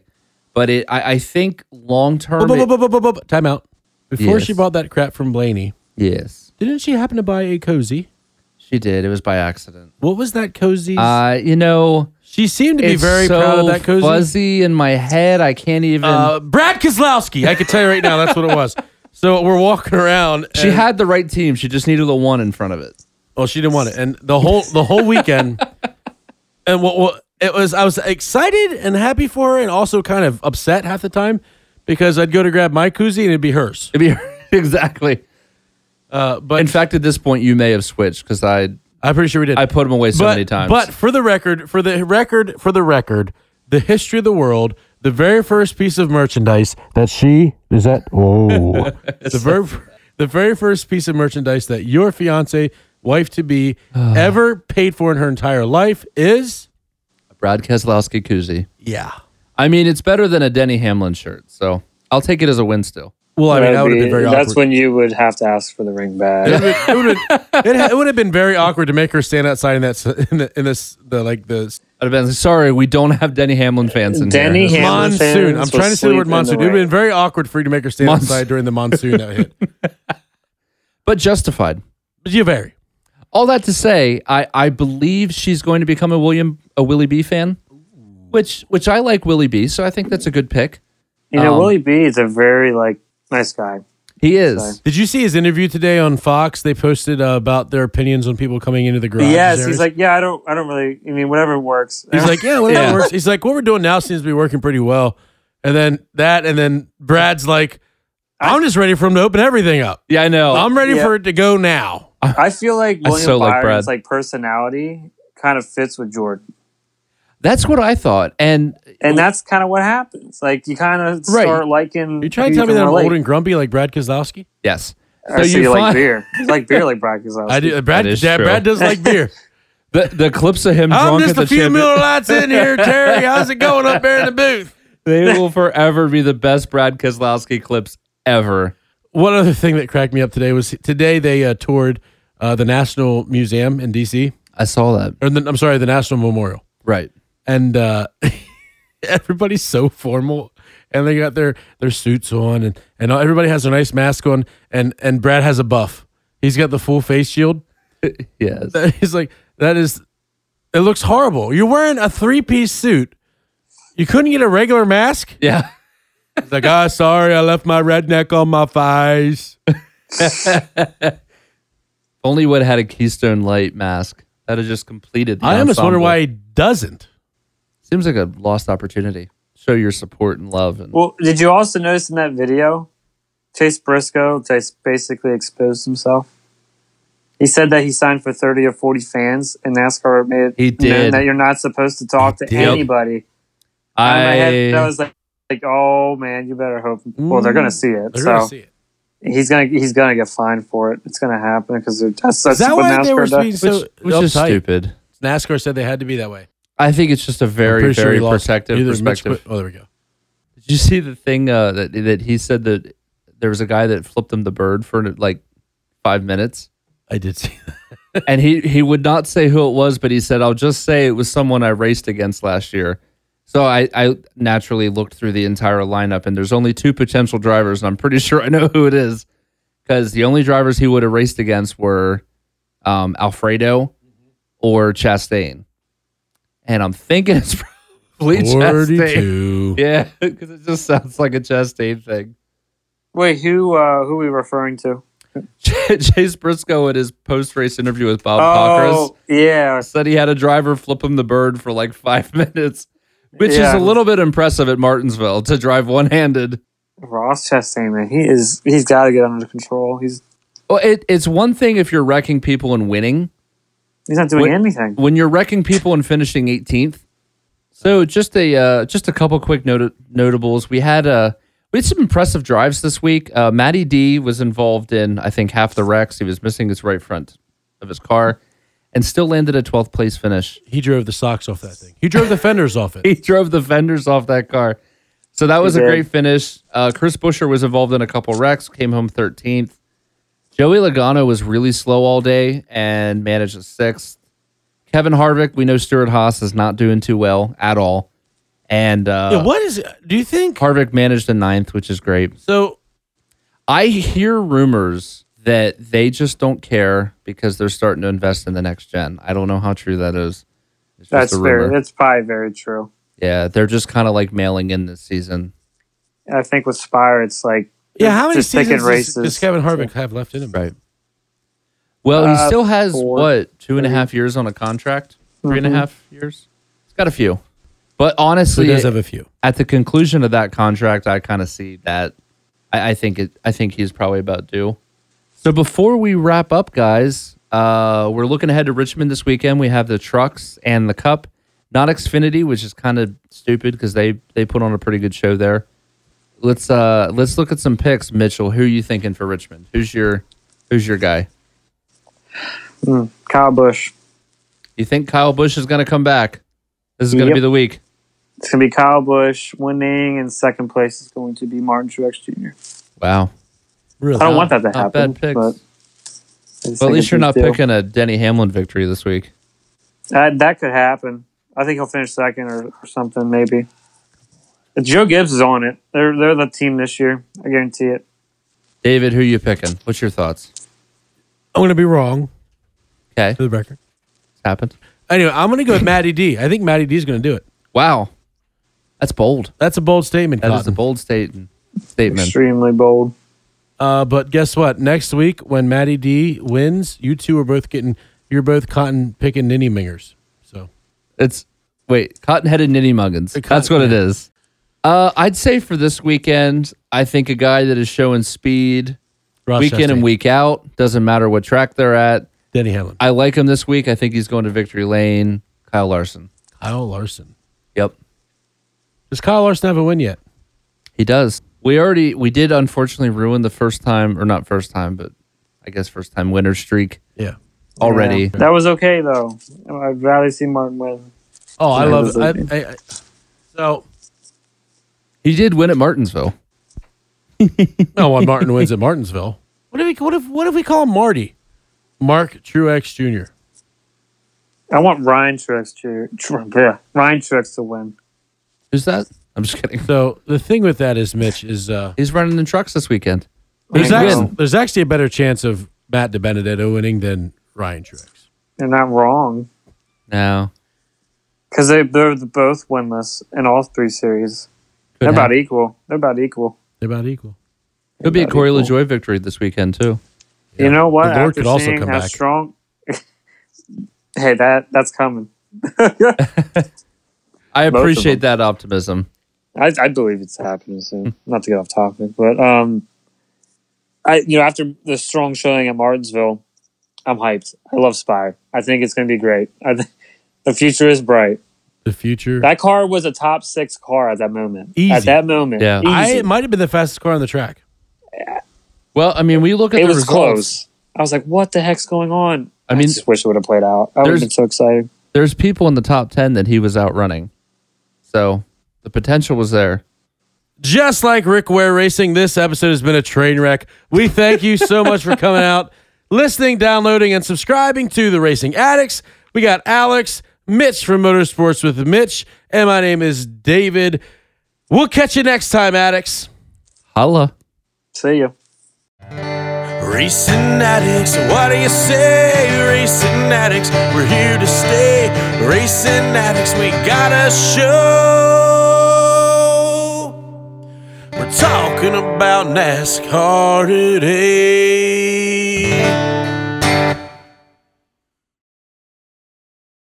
[SPEAKER 1] but it I, I think long term.
[SPEAKER 2] Bu- bu- bu- bu- bu- bu- bu- Time out. Before she
[SPEAKER 1] Yes.
[SPEAKER 2] bought that crap from Blaney,
[SPEAKER 1] Yes,
[SPEAKER 2] didn't she happen to buy a cozy?
[SPEAKER 1] she did. It was by accident.
[SPEAKER 2] What was that cozy?
[SPEAKER 1] Uh, you know,
[SPEAKER 2] she seemed to be
[SPEAKER 1] it's
[SPEAKER 2] very
[SPEAKER 1] so
[SPEAKER 2] proud of that cozy.
[SPEAKER 1] fuzzy in my head. I can't even.
[SPEAKER 2] Uh, Brad Kozlowski. I could tell you right now, that's what it was. So we're walking around.
[SPEAKER 1] she
[SPEAKER 2] and-
[SPEAKER 1] had the right team. She just needed the one in front of it.
[SPEAKER 2] Oh, she didn't want it, and the whole the whole weekend, and what, what it was, I was excited and happy for her, and also kind of upset half the time because I'd go to grab my koozie and it'd be hers.
[SPEAKER 1] It'd be exactly.
[SPEAKER 2] Uh, but
[SPEAKER 1] In fact, at this point, you may have switched because I
[SPEAKER 2] I'm pretty sure we did.
[SPEAKER 1] I put them away so
[SPEAKER 2] but,
[SPEAKER 1] many times.
[SPEAKER 2] But for the record, for the record, for the record, the history of the world, the very first piece of merchandise that she is that oh the very the very first piece of merchandise that your fiance wife to be ever paid for in her entire life is
[SPEAKER 1] Brad Keselowski koozie.
[SPEAKER 2] yeah.
[SPEAKER 1] I mean, it's better than a Denny Hamlin shirt, so I'll take it as a win still.
[SPEAKER 2] Well, I mean, that would have
[SPEAKER 3] That'd
[SPEAKER 2] been very
[SPEAKER 3] be-
[SPEAKER 2] awkward.
[SPEAKER 3] that's when you would have to ask for the ring
[SPEAKER 2] it
[SPEAKER 3] back.
[SPEAKER 2] would have been, it would have been very awkward to make her stand outside in that s- in, the, in this the like the
[SPEAKER 1] I'd have been like, sorry, we don't have Denny Hamlin fans in
[SPEAKER 3] Denny
[SPEAKER 1] here.
[SPEAKER 3] Ham- Hamlin
[SPEAKER 2] monsoon.
[SPEAKER 3] fans
[SPEAKER 2] I'm trying
[SPEAKER 3] will
[SPEAKER 2] to say the
[SPEAKER 3] sleep
[SPEAKER 2] word
[SPEAKER 3] in the
[SPEAKER 2] monsoon. It would have
[SPEAKER 3] rain.
[SPEAKER 2] been very awkward for you to make her stand
[SPEAKER 1] Monsoon.
[SPEAKER 2] outside during the monsoon that hit.
[SPEAKER 1] but justified.
[SPEAKER 2] But you vary.
[SPEAKER 1] All that to say, I, I believe she's going to become a William a Willie B fan, which which I like Willie B, so I think that's a good pick.
[SPEAKER 3] You know,
[SPEAKER 1] Um,
[SPEAKER 3] Willie B is a very like nice guy.
[SPEAKER 1] He is.
[SPEAKER 3] Sorry.
[SPEAKER 2] Did you see his interview today on Fox? They posted uh, about their opinions on people coming into the garage.
[SPEAKER 3] yes, he's like, yeah, I don't, I don't really. I mean, whatever works.
[SPEAKER 2] he's like, yeah, whatever
[SPEAKER 1] Yeah.
[SPEAKER 2] works. He's like, what we're doing now seems to be working pretty well. And then that, and then Brad's like, I'm just ready for him to open everything up.
[SPEAKER 1] Yeah, I know.
[SPEAKER 2] I'm ready
[SPEAKER 3] Oh, Yeah.
[SPEAKER 2] for it to go now.
[SPEAKER 3] I feel like William
[SPEAKER 1] so like
[SPEAKER 3] Byron's
[SPEAKER 1] Brad.
[SPEAKER 3] like personality kind of fits with Jordan,
[SPEAKER 1] that's what I thought. And
[SPEAKER 3] and that's kind of what happens. Like you kind of
[SPEAKER 1] Right.
[SPEAKER 3] start liking.
[SPEAKER 2] Are you trying to
[SPEAKER 3] who
[SPEAKER 2] tell me
[SPEAKER 3] can
[SPEAKER 2] that I'm
[SPEAKER 3] relate.
[SPEAKER 2] old and grumpy like Brad Kozlowski?
[SPEAKER 1] yes.
[SPEAKER 3] Or so you, like
[SPEAKER 1] find-
[SPEAKER 3] beer? You like beer, like Brad Keselowski.
[SPEAKER 2] I do. uh, Brad,
[SPEAKER 1] That is
[SPEAKER 2] Dad,
[SPEAKER 1] true.
[SPEAKER 2] Brad does like beer.
[SPEAKER 1] the, the clips of him
[SPEAKER 2] I'm
[SPEAKER 1] drunk
[SPEAKER 2] just
[SPEAKER 1] at
[SPEAKER 2] a
[SPEAKER 1] the
[SPEAKER 2] few
[SPEAKER 1] champion-
[SPEAKER 2] Miller Lights in here, Terry. How's it going up there in the booth?
[SPEAKER 1] They will forever be the best Brad Keselowski clips ever.
[SPEAKER 2] One other thing that cracked me up today was today they uh, toured uh, the National Museum in D.C.
[SPEAKER 1] I saw that.
[SPEAKER 2] or the, I'm sorry, the National Memorial,
[SPEAKER 1] Right.
[SPEAKER 2] and uh, everybody's so formal, and they got their their suits on, and and everybody has their nice mask on, and and Brad has a buff. He's got the full face shield.
[SPEAKER 1] Yes.
[SPEAKER 2] He's like that is, it looks horrible. You're wearing a three piece suit. You couldn't get a regular mask.
[SPEAKER 1] Yeah.
[SPEAKER 2] He's like, ah, sorry, I left my redneck on my face.
[SPEAKER 1] Only would have had a Keystone Light mask. That has just completed. The
[SPEAKER 2] I almost wonder
[SPEAKER 1] ensemble.
[SPEAKER 2] why he doesn't.
[SPEAKER 1] Seems like a lost opportunity. Show your support and love. And
[SPEAKER 3] Well, did you also notice in that video, Chase Briscoe just basically exposed himself? He said that he signed for 30 or 40 fans, and NASCAR made it
[SPEAKER 1] He
[SPEAKER 3] known
[SPEAKER 1] did.
[SPEAKER 3] that you're not supposed to talk to
[SPEAKER 1] did.
[SPEAKER 3] anybody. And
[SPEAKER 1] I,
[SPEAKER 3] I had, that was like, like, oh man, you better hope. Well, they're gonna see it.
[SPEAKER 2] They're
[SPEAKER 3] so
[SPEAKER 2] gonna see it.
[SPEAKER 3] he's gonna he's gonna get fined for it. It's gonna happen because that's,
[SPEAKER 2] Is
[SPEAKER 3] that's
[SPEAKER 2] that
[SPEAKER 3] what
[SPEAKER 2] why they were
[SPEAKER 3] NASCAR
[SPEAKER 2] being
[SPEAKER 3] does.
[SPEAKER 1] which,
[SPEAKER 2] so
[SPEAKER 1] which is
[SPEAKER 2] uptight?
[SPEAKER 1] stupid.
[SPEAKER 2] NASCAR said they had to be that way.
[SPEAKER 1] I think it's just a
[SPEAKER 2] I'm
[SPEAKER 1] very
[SPEAKER 2] pretty sure
[SPEAKER 1] very
[SPEAKER 2] he lost
[SPEAKER 1] protective
[SPEAKER 2] either Mitch
[SPEAKER 1] perspective.
[SPEAKER 2] Whit- oh, there we go.
[SPEAKER 1] Did you see the thing uh, that that he said that there was a guy that flipped him the bird for like five minutes,
[SPEAKER 2] I did see. That.
[SPEAKER 1] and he he would not say who it was, but he said, "I'll just say it was someone I raced against last year." So I, I naturally looked through the entire lineup, and there's only two potential drivers, and I'm pretty sure I know who it is because the only drivers he would have raced against were um, Alfredo or Chastain. And I'm thinking it's probably Chastain.
[SPEAKER 2] 42.
[SPEAKER 1] Yeah, because it just sounds like a Chastain thing.
[SPEAKER 3] Wait, who uh, who are we referring to?
[SPEAKER 1] Chase Briscoe in his post-race interview with
[SPEAKER 3] Oh,
[SPEAKER 1] Bob Cockers
[SPEAKER 3] yeah.
[SPEAKER 1] said he had a driver flip him the bird for like five minutes, which is
[SPEAKER 3] Yeah.
[SPEAKER 1] a little bit impressive at Martinsville to drive one-handed.
[SPEAKER 3] Ross Chastain, man. He is he's gotta get under control. He's
[SPEAKER 1] Well, it, it's one thing if you're wrecking people and winning.
[SPEAKER 3] he's not doing
[SPEAKER 1] What-
[SPEAKER 3] anything.
[SPEAKER 1] when you're wrecking people and finishing 18th. So just a uh, just a couple quick not- notables. We had uh, we had some impressive drives this week. Uh, Matty D was involved in I think half the wrecks. He was missing his right front of his car, and still landed a 12th place finish.
[SPEAKER 2] He drove the socks off that thing. He drove the fenders off it.
[SPEAKER 1] He drove the fenders off that car. So that was a
[SPEAKER 3] did.
[SPEAKER 1] great finish. Uh, Chris Busher was involved in a couple wrecks. Came home 13th. Joey Logano was really slow all day and managed a sixth. Kevin Harvick, we know Stuart Haas is not doing too well at all. And uh,
[SPEAKER 2] Yeah, what is it? Do you think?
[SPEAKER 1] Harvick managed a ninth, which is great.
[SPEAKER 2] So
[SPEAKER 1] I hear rumors that they just don't care because they're starting to invest in the next gen. I don't know how true that is. It's just
[SPEAKER 3] That's
[SPEAKER 1] a
[SPEAKER 3] very
[SPEAKER 1] rumor.
[SPEAKER 3] that's probably very true.
[SPEAKER 1] Yeah, they're just kind of like mailing in this season.
[SPEAKER 3] I think with Spire it's like
[SPEAKER 2] yeah, how many
[SPEAKER 3] just picking
[SPEAKER 2] seasons does,
[SPEAKER 3] races.
[SPEAKER 2] does Kevin Harvick have left in him?
[SPEAKER 1] Right. Well, he
[SPEAKER 3] Uh,
[SPEAKER 1] still has
[SPEAKER 3] four, Mm-hmm.
[SPEAKER 1] what two and a half years on a contract, Three and a half years. He's got a few, but
[SPEAKER 2] So he
[SPEAKER 1] honestly,
[SPEAKER 2] does have a few.
[SPEAKER 1] at the conclusion of that contract, I kind of see that. I, I think it. I think he's probably about due. So before we wrap up, guys, uh, we're looking ahead to Richmond this weekend. We have the trucks and the cup, not Xfinity, which is kind of stupid because they they put on a pretty good show there. Let's uh let's look at some picks, Mitchell. Who are you thinking for Richmond? Who's your who's your guy?
[SPEAKER 3] hmm, Kyle Bush.
[SPEAKER 1] You think Kyle Bush is going to come back? This is going to
[SPEAKER 3] Yep.
[SPEAKER 1] be the week.
[SPEAKER 3] It's gonna be Kyle Bush winning and second place is going to be Martin Truex Jr.
[SPEAKER 1] Wow.
[SPEAKER 2] Really?
[SPEAKER 3] I don't want that to
[SPEAKER 1] Not
[SPEAKER 3] happen.
[SPEAKER 1] bad picks.
[SPEAKER 3] But, I
[SPEAKER 1] Well,
[SPEAKER 3] just
[SPEAKER 1] at
[SPEAKER 3] think
[SPEAKER 1] least you're
[SPEAKER 3] it's
[SPEAKER 1] not
[SPEAKER 3] due.
[SPEAKER 1] picking a Denny Hamlin victory this week.
[SPEAKER 3] That that could happen. I think he'll finish second or, or something, maybe. But Joe Gibbs is on it. They're they're the team this year. I guarantee it.
[SPEAKER 1] David, who you picking? What's your thoughts?
[SPEAKER 2] I'm going to be wrong
[SPEAKER 1] Okay,
[SPEAKER 2] for the record.
[SPEAKER 1] it's happened.
[SPEAKER 2] Anyway, I'm going to go with Matty D. I think Matty D is going to do it.
[SPEAKER 1] Wow, that's bold.
[SPEAKER 2] That's a bold statement.
[SPEAKER 1] That is a
[SPEAKER 2] Cotton.
[SPEAKER 1] bold statement. Statement.
[SPEAKER 3] Extremely bold.
[SPEAKER 2] Uh, but guess what? Next week, when Matty D wins, you two are both getting, you're both cotton picking ninny mingers. So
[SPEAKER 1] It's wait, cotton-headed nitty muggins.
[SPEAKER 2] The
[SPEAKER 1] That's what it
[SPEAKER 2] cotton-headed.
[SPEAKER 1] is. Uh, I'd say for this weekend, I think a guy that is showing speed
[SPEAKER 2] Ross
[SPEAKER 1] week in
[SPEAKER 2] Chastain,
[SPEAKER 1] and week out doesn't matter what track they're at.
[SPEAKER 2] Denny Hamlin,
[SPEAKER 1] I like him this week. I think he's going to victory lane. Kyle Larson.
[SPEAKER 2] Kyle Larson.
[SPEAKER 1] Yep.
[SPEAKER 2] Does Kyle Larson have a win yet?
[SPEAKER 1] He does. We already we did unfortunately ruin the first time or not first time, but I guess first time winner streak
[SPEAKER 2] Yeah.
[SPEAKER 1] already.
[SPEAKER 3] Yeah. That was okay though. I'd rather see Martin win.
[SPEAKER 2] Oh, I
[SPEAKER 3] Yeah,
[SPEAKER 2] love
[SPEAKER 3] it
[SPEAKER 2] it.
[SPEAKER 3] was
[SPEAKER 2] I, I, I, so,
[SPEAKER 1] He did win at Martinsville.
[SPEAKER 2] no, when Martin wins at Martinsville, what if we, what if what if we call him Marty? Mark Truex Jr.
[SPEAKER 3] I want Ryan Truex to Tru- yeah, Ryan Truex to win.
[SPEAKER 1] Who's that? I'm just kidding.
[SPEAKER 2] So the thing with that is, Mitch is uh,
[SPEAKER 1] He's running in trucks this weekend.
[SPEAKER 2] there's
[SPEAKER 3] I know.
[SPEAKER 2] actually, there's actually a better chance of Matt DiBenedetto winning than Ryan Truex.
[SPEAKER 3] They're not wrong
[SPEAKER 1] No.
[SPEAKER 3] because they they're both winless in all three series. They're about equal. They're about equal.
[SPEAKER 2] They're about equal.
[SPEAKER 1] Could be a
[SPEAKER 3] That'd be
[SPEAKER 1] Corey
[SPEAKER 3] cool.
[SPEAKER 1] LaJoy victory this weekend too.
[SPEAKER 2] Yeah.
[SPEAKER 3] You know what?
[SPEAKER 2] The Lord
[SPEAKER 3] After
[SPEAKER 2] could also
[SPEAKER 3] seeing
[SPEAKER 2] come
[SPEAKER 3] how
[SPEAKER 2] back.
[SPEAKER 3] strong. hey, that that's coming. I,
[SPEAKER 1] I
[SPEAKER 3] Both of
[SPEAKER 1] appreciate that optimism.
[SPEAKER 3] I believe it's happening
[SPEAKER 2] Hmm.
[SPEAKER 3] soon. Not to get off topic, but um, I you know after the strong showing at Martinsville, I'm hyped. I love Spire. I think it's going to be great. I th- the future is bright.
[SPEAKER 2] The future.
[SPEAKER 3] That car was a top six car at that moment.
[SPEAKER 2] Easy.
[SPEAKER 3] At that moment,
[SPEAKER 1] Yeah.
[SPEAKER 2] I
[SPEAKER 3] easy.
[SPEAKER 2] it might have been the fastest car on the track.
[SPEAKER 1] Well, I mean, we look at
[SPEAKER 3] it
[SPEAKER 1] the
[SPEAKER 3] was
[SPEAKER 1] results.
[SPEAKER 3] close. I was like, "What the heck's going on?"
[SPEAKER 1] I
[SPEAKER 3] I
[SPEAKER 1] mean-
[SPEAKER 3] mean, I just wish it would have played out. I would
[SPEAKER 1] There's-
[SPEAKER 3] have been so excited.
[SPEAKER 1] There's people in the top ten that he was outrunning. So the potential was there.
[SPEAKER 2] Just like Rick Ware Racing, this episode has been a train wreck. We thank you so much for coming out, listening, downloading, and subscribing to the Racing Addicts. We got Alex, Mitch from Motorsports with Mitch, and my name is David. We'll catch you next time, addicts.
[SPEAKER 1] Holla.
[SPEAKER 3] See ya.
[SPEAKER 2] Racing addicts, what do you say? Racing addicts, we're here to stay. Racing addicts, we got a show. We're talking about NASCAR today.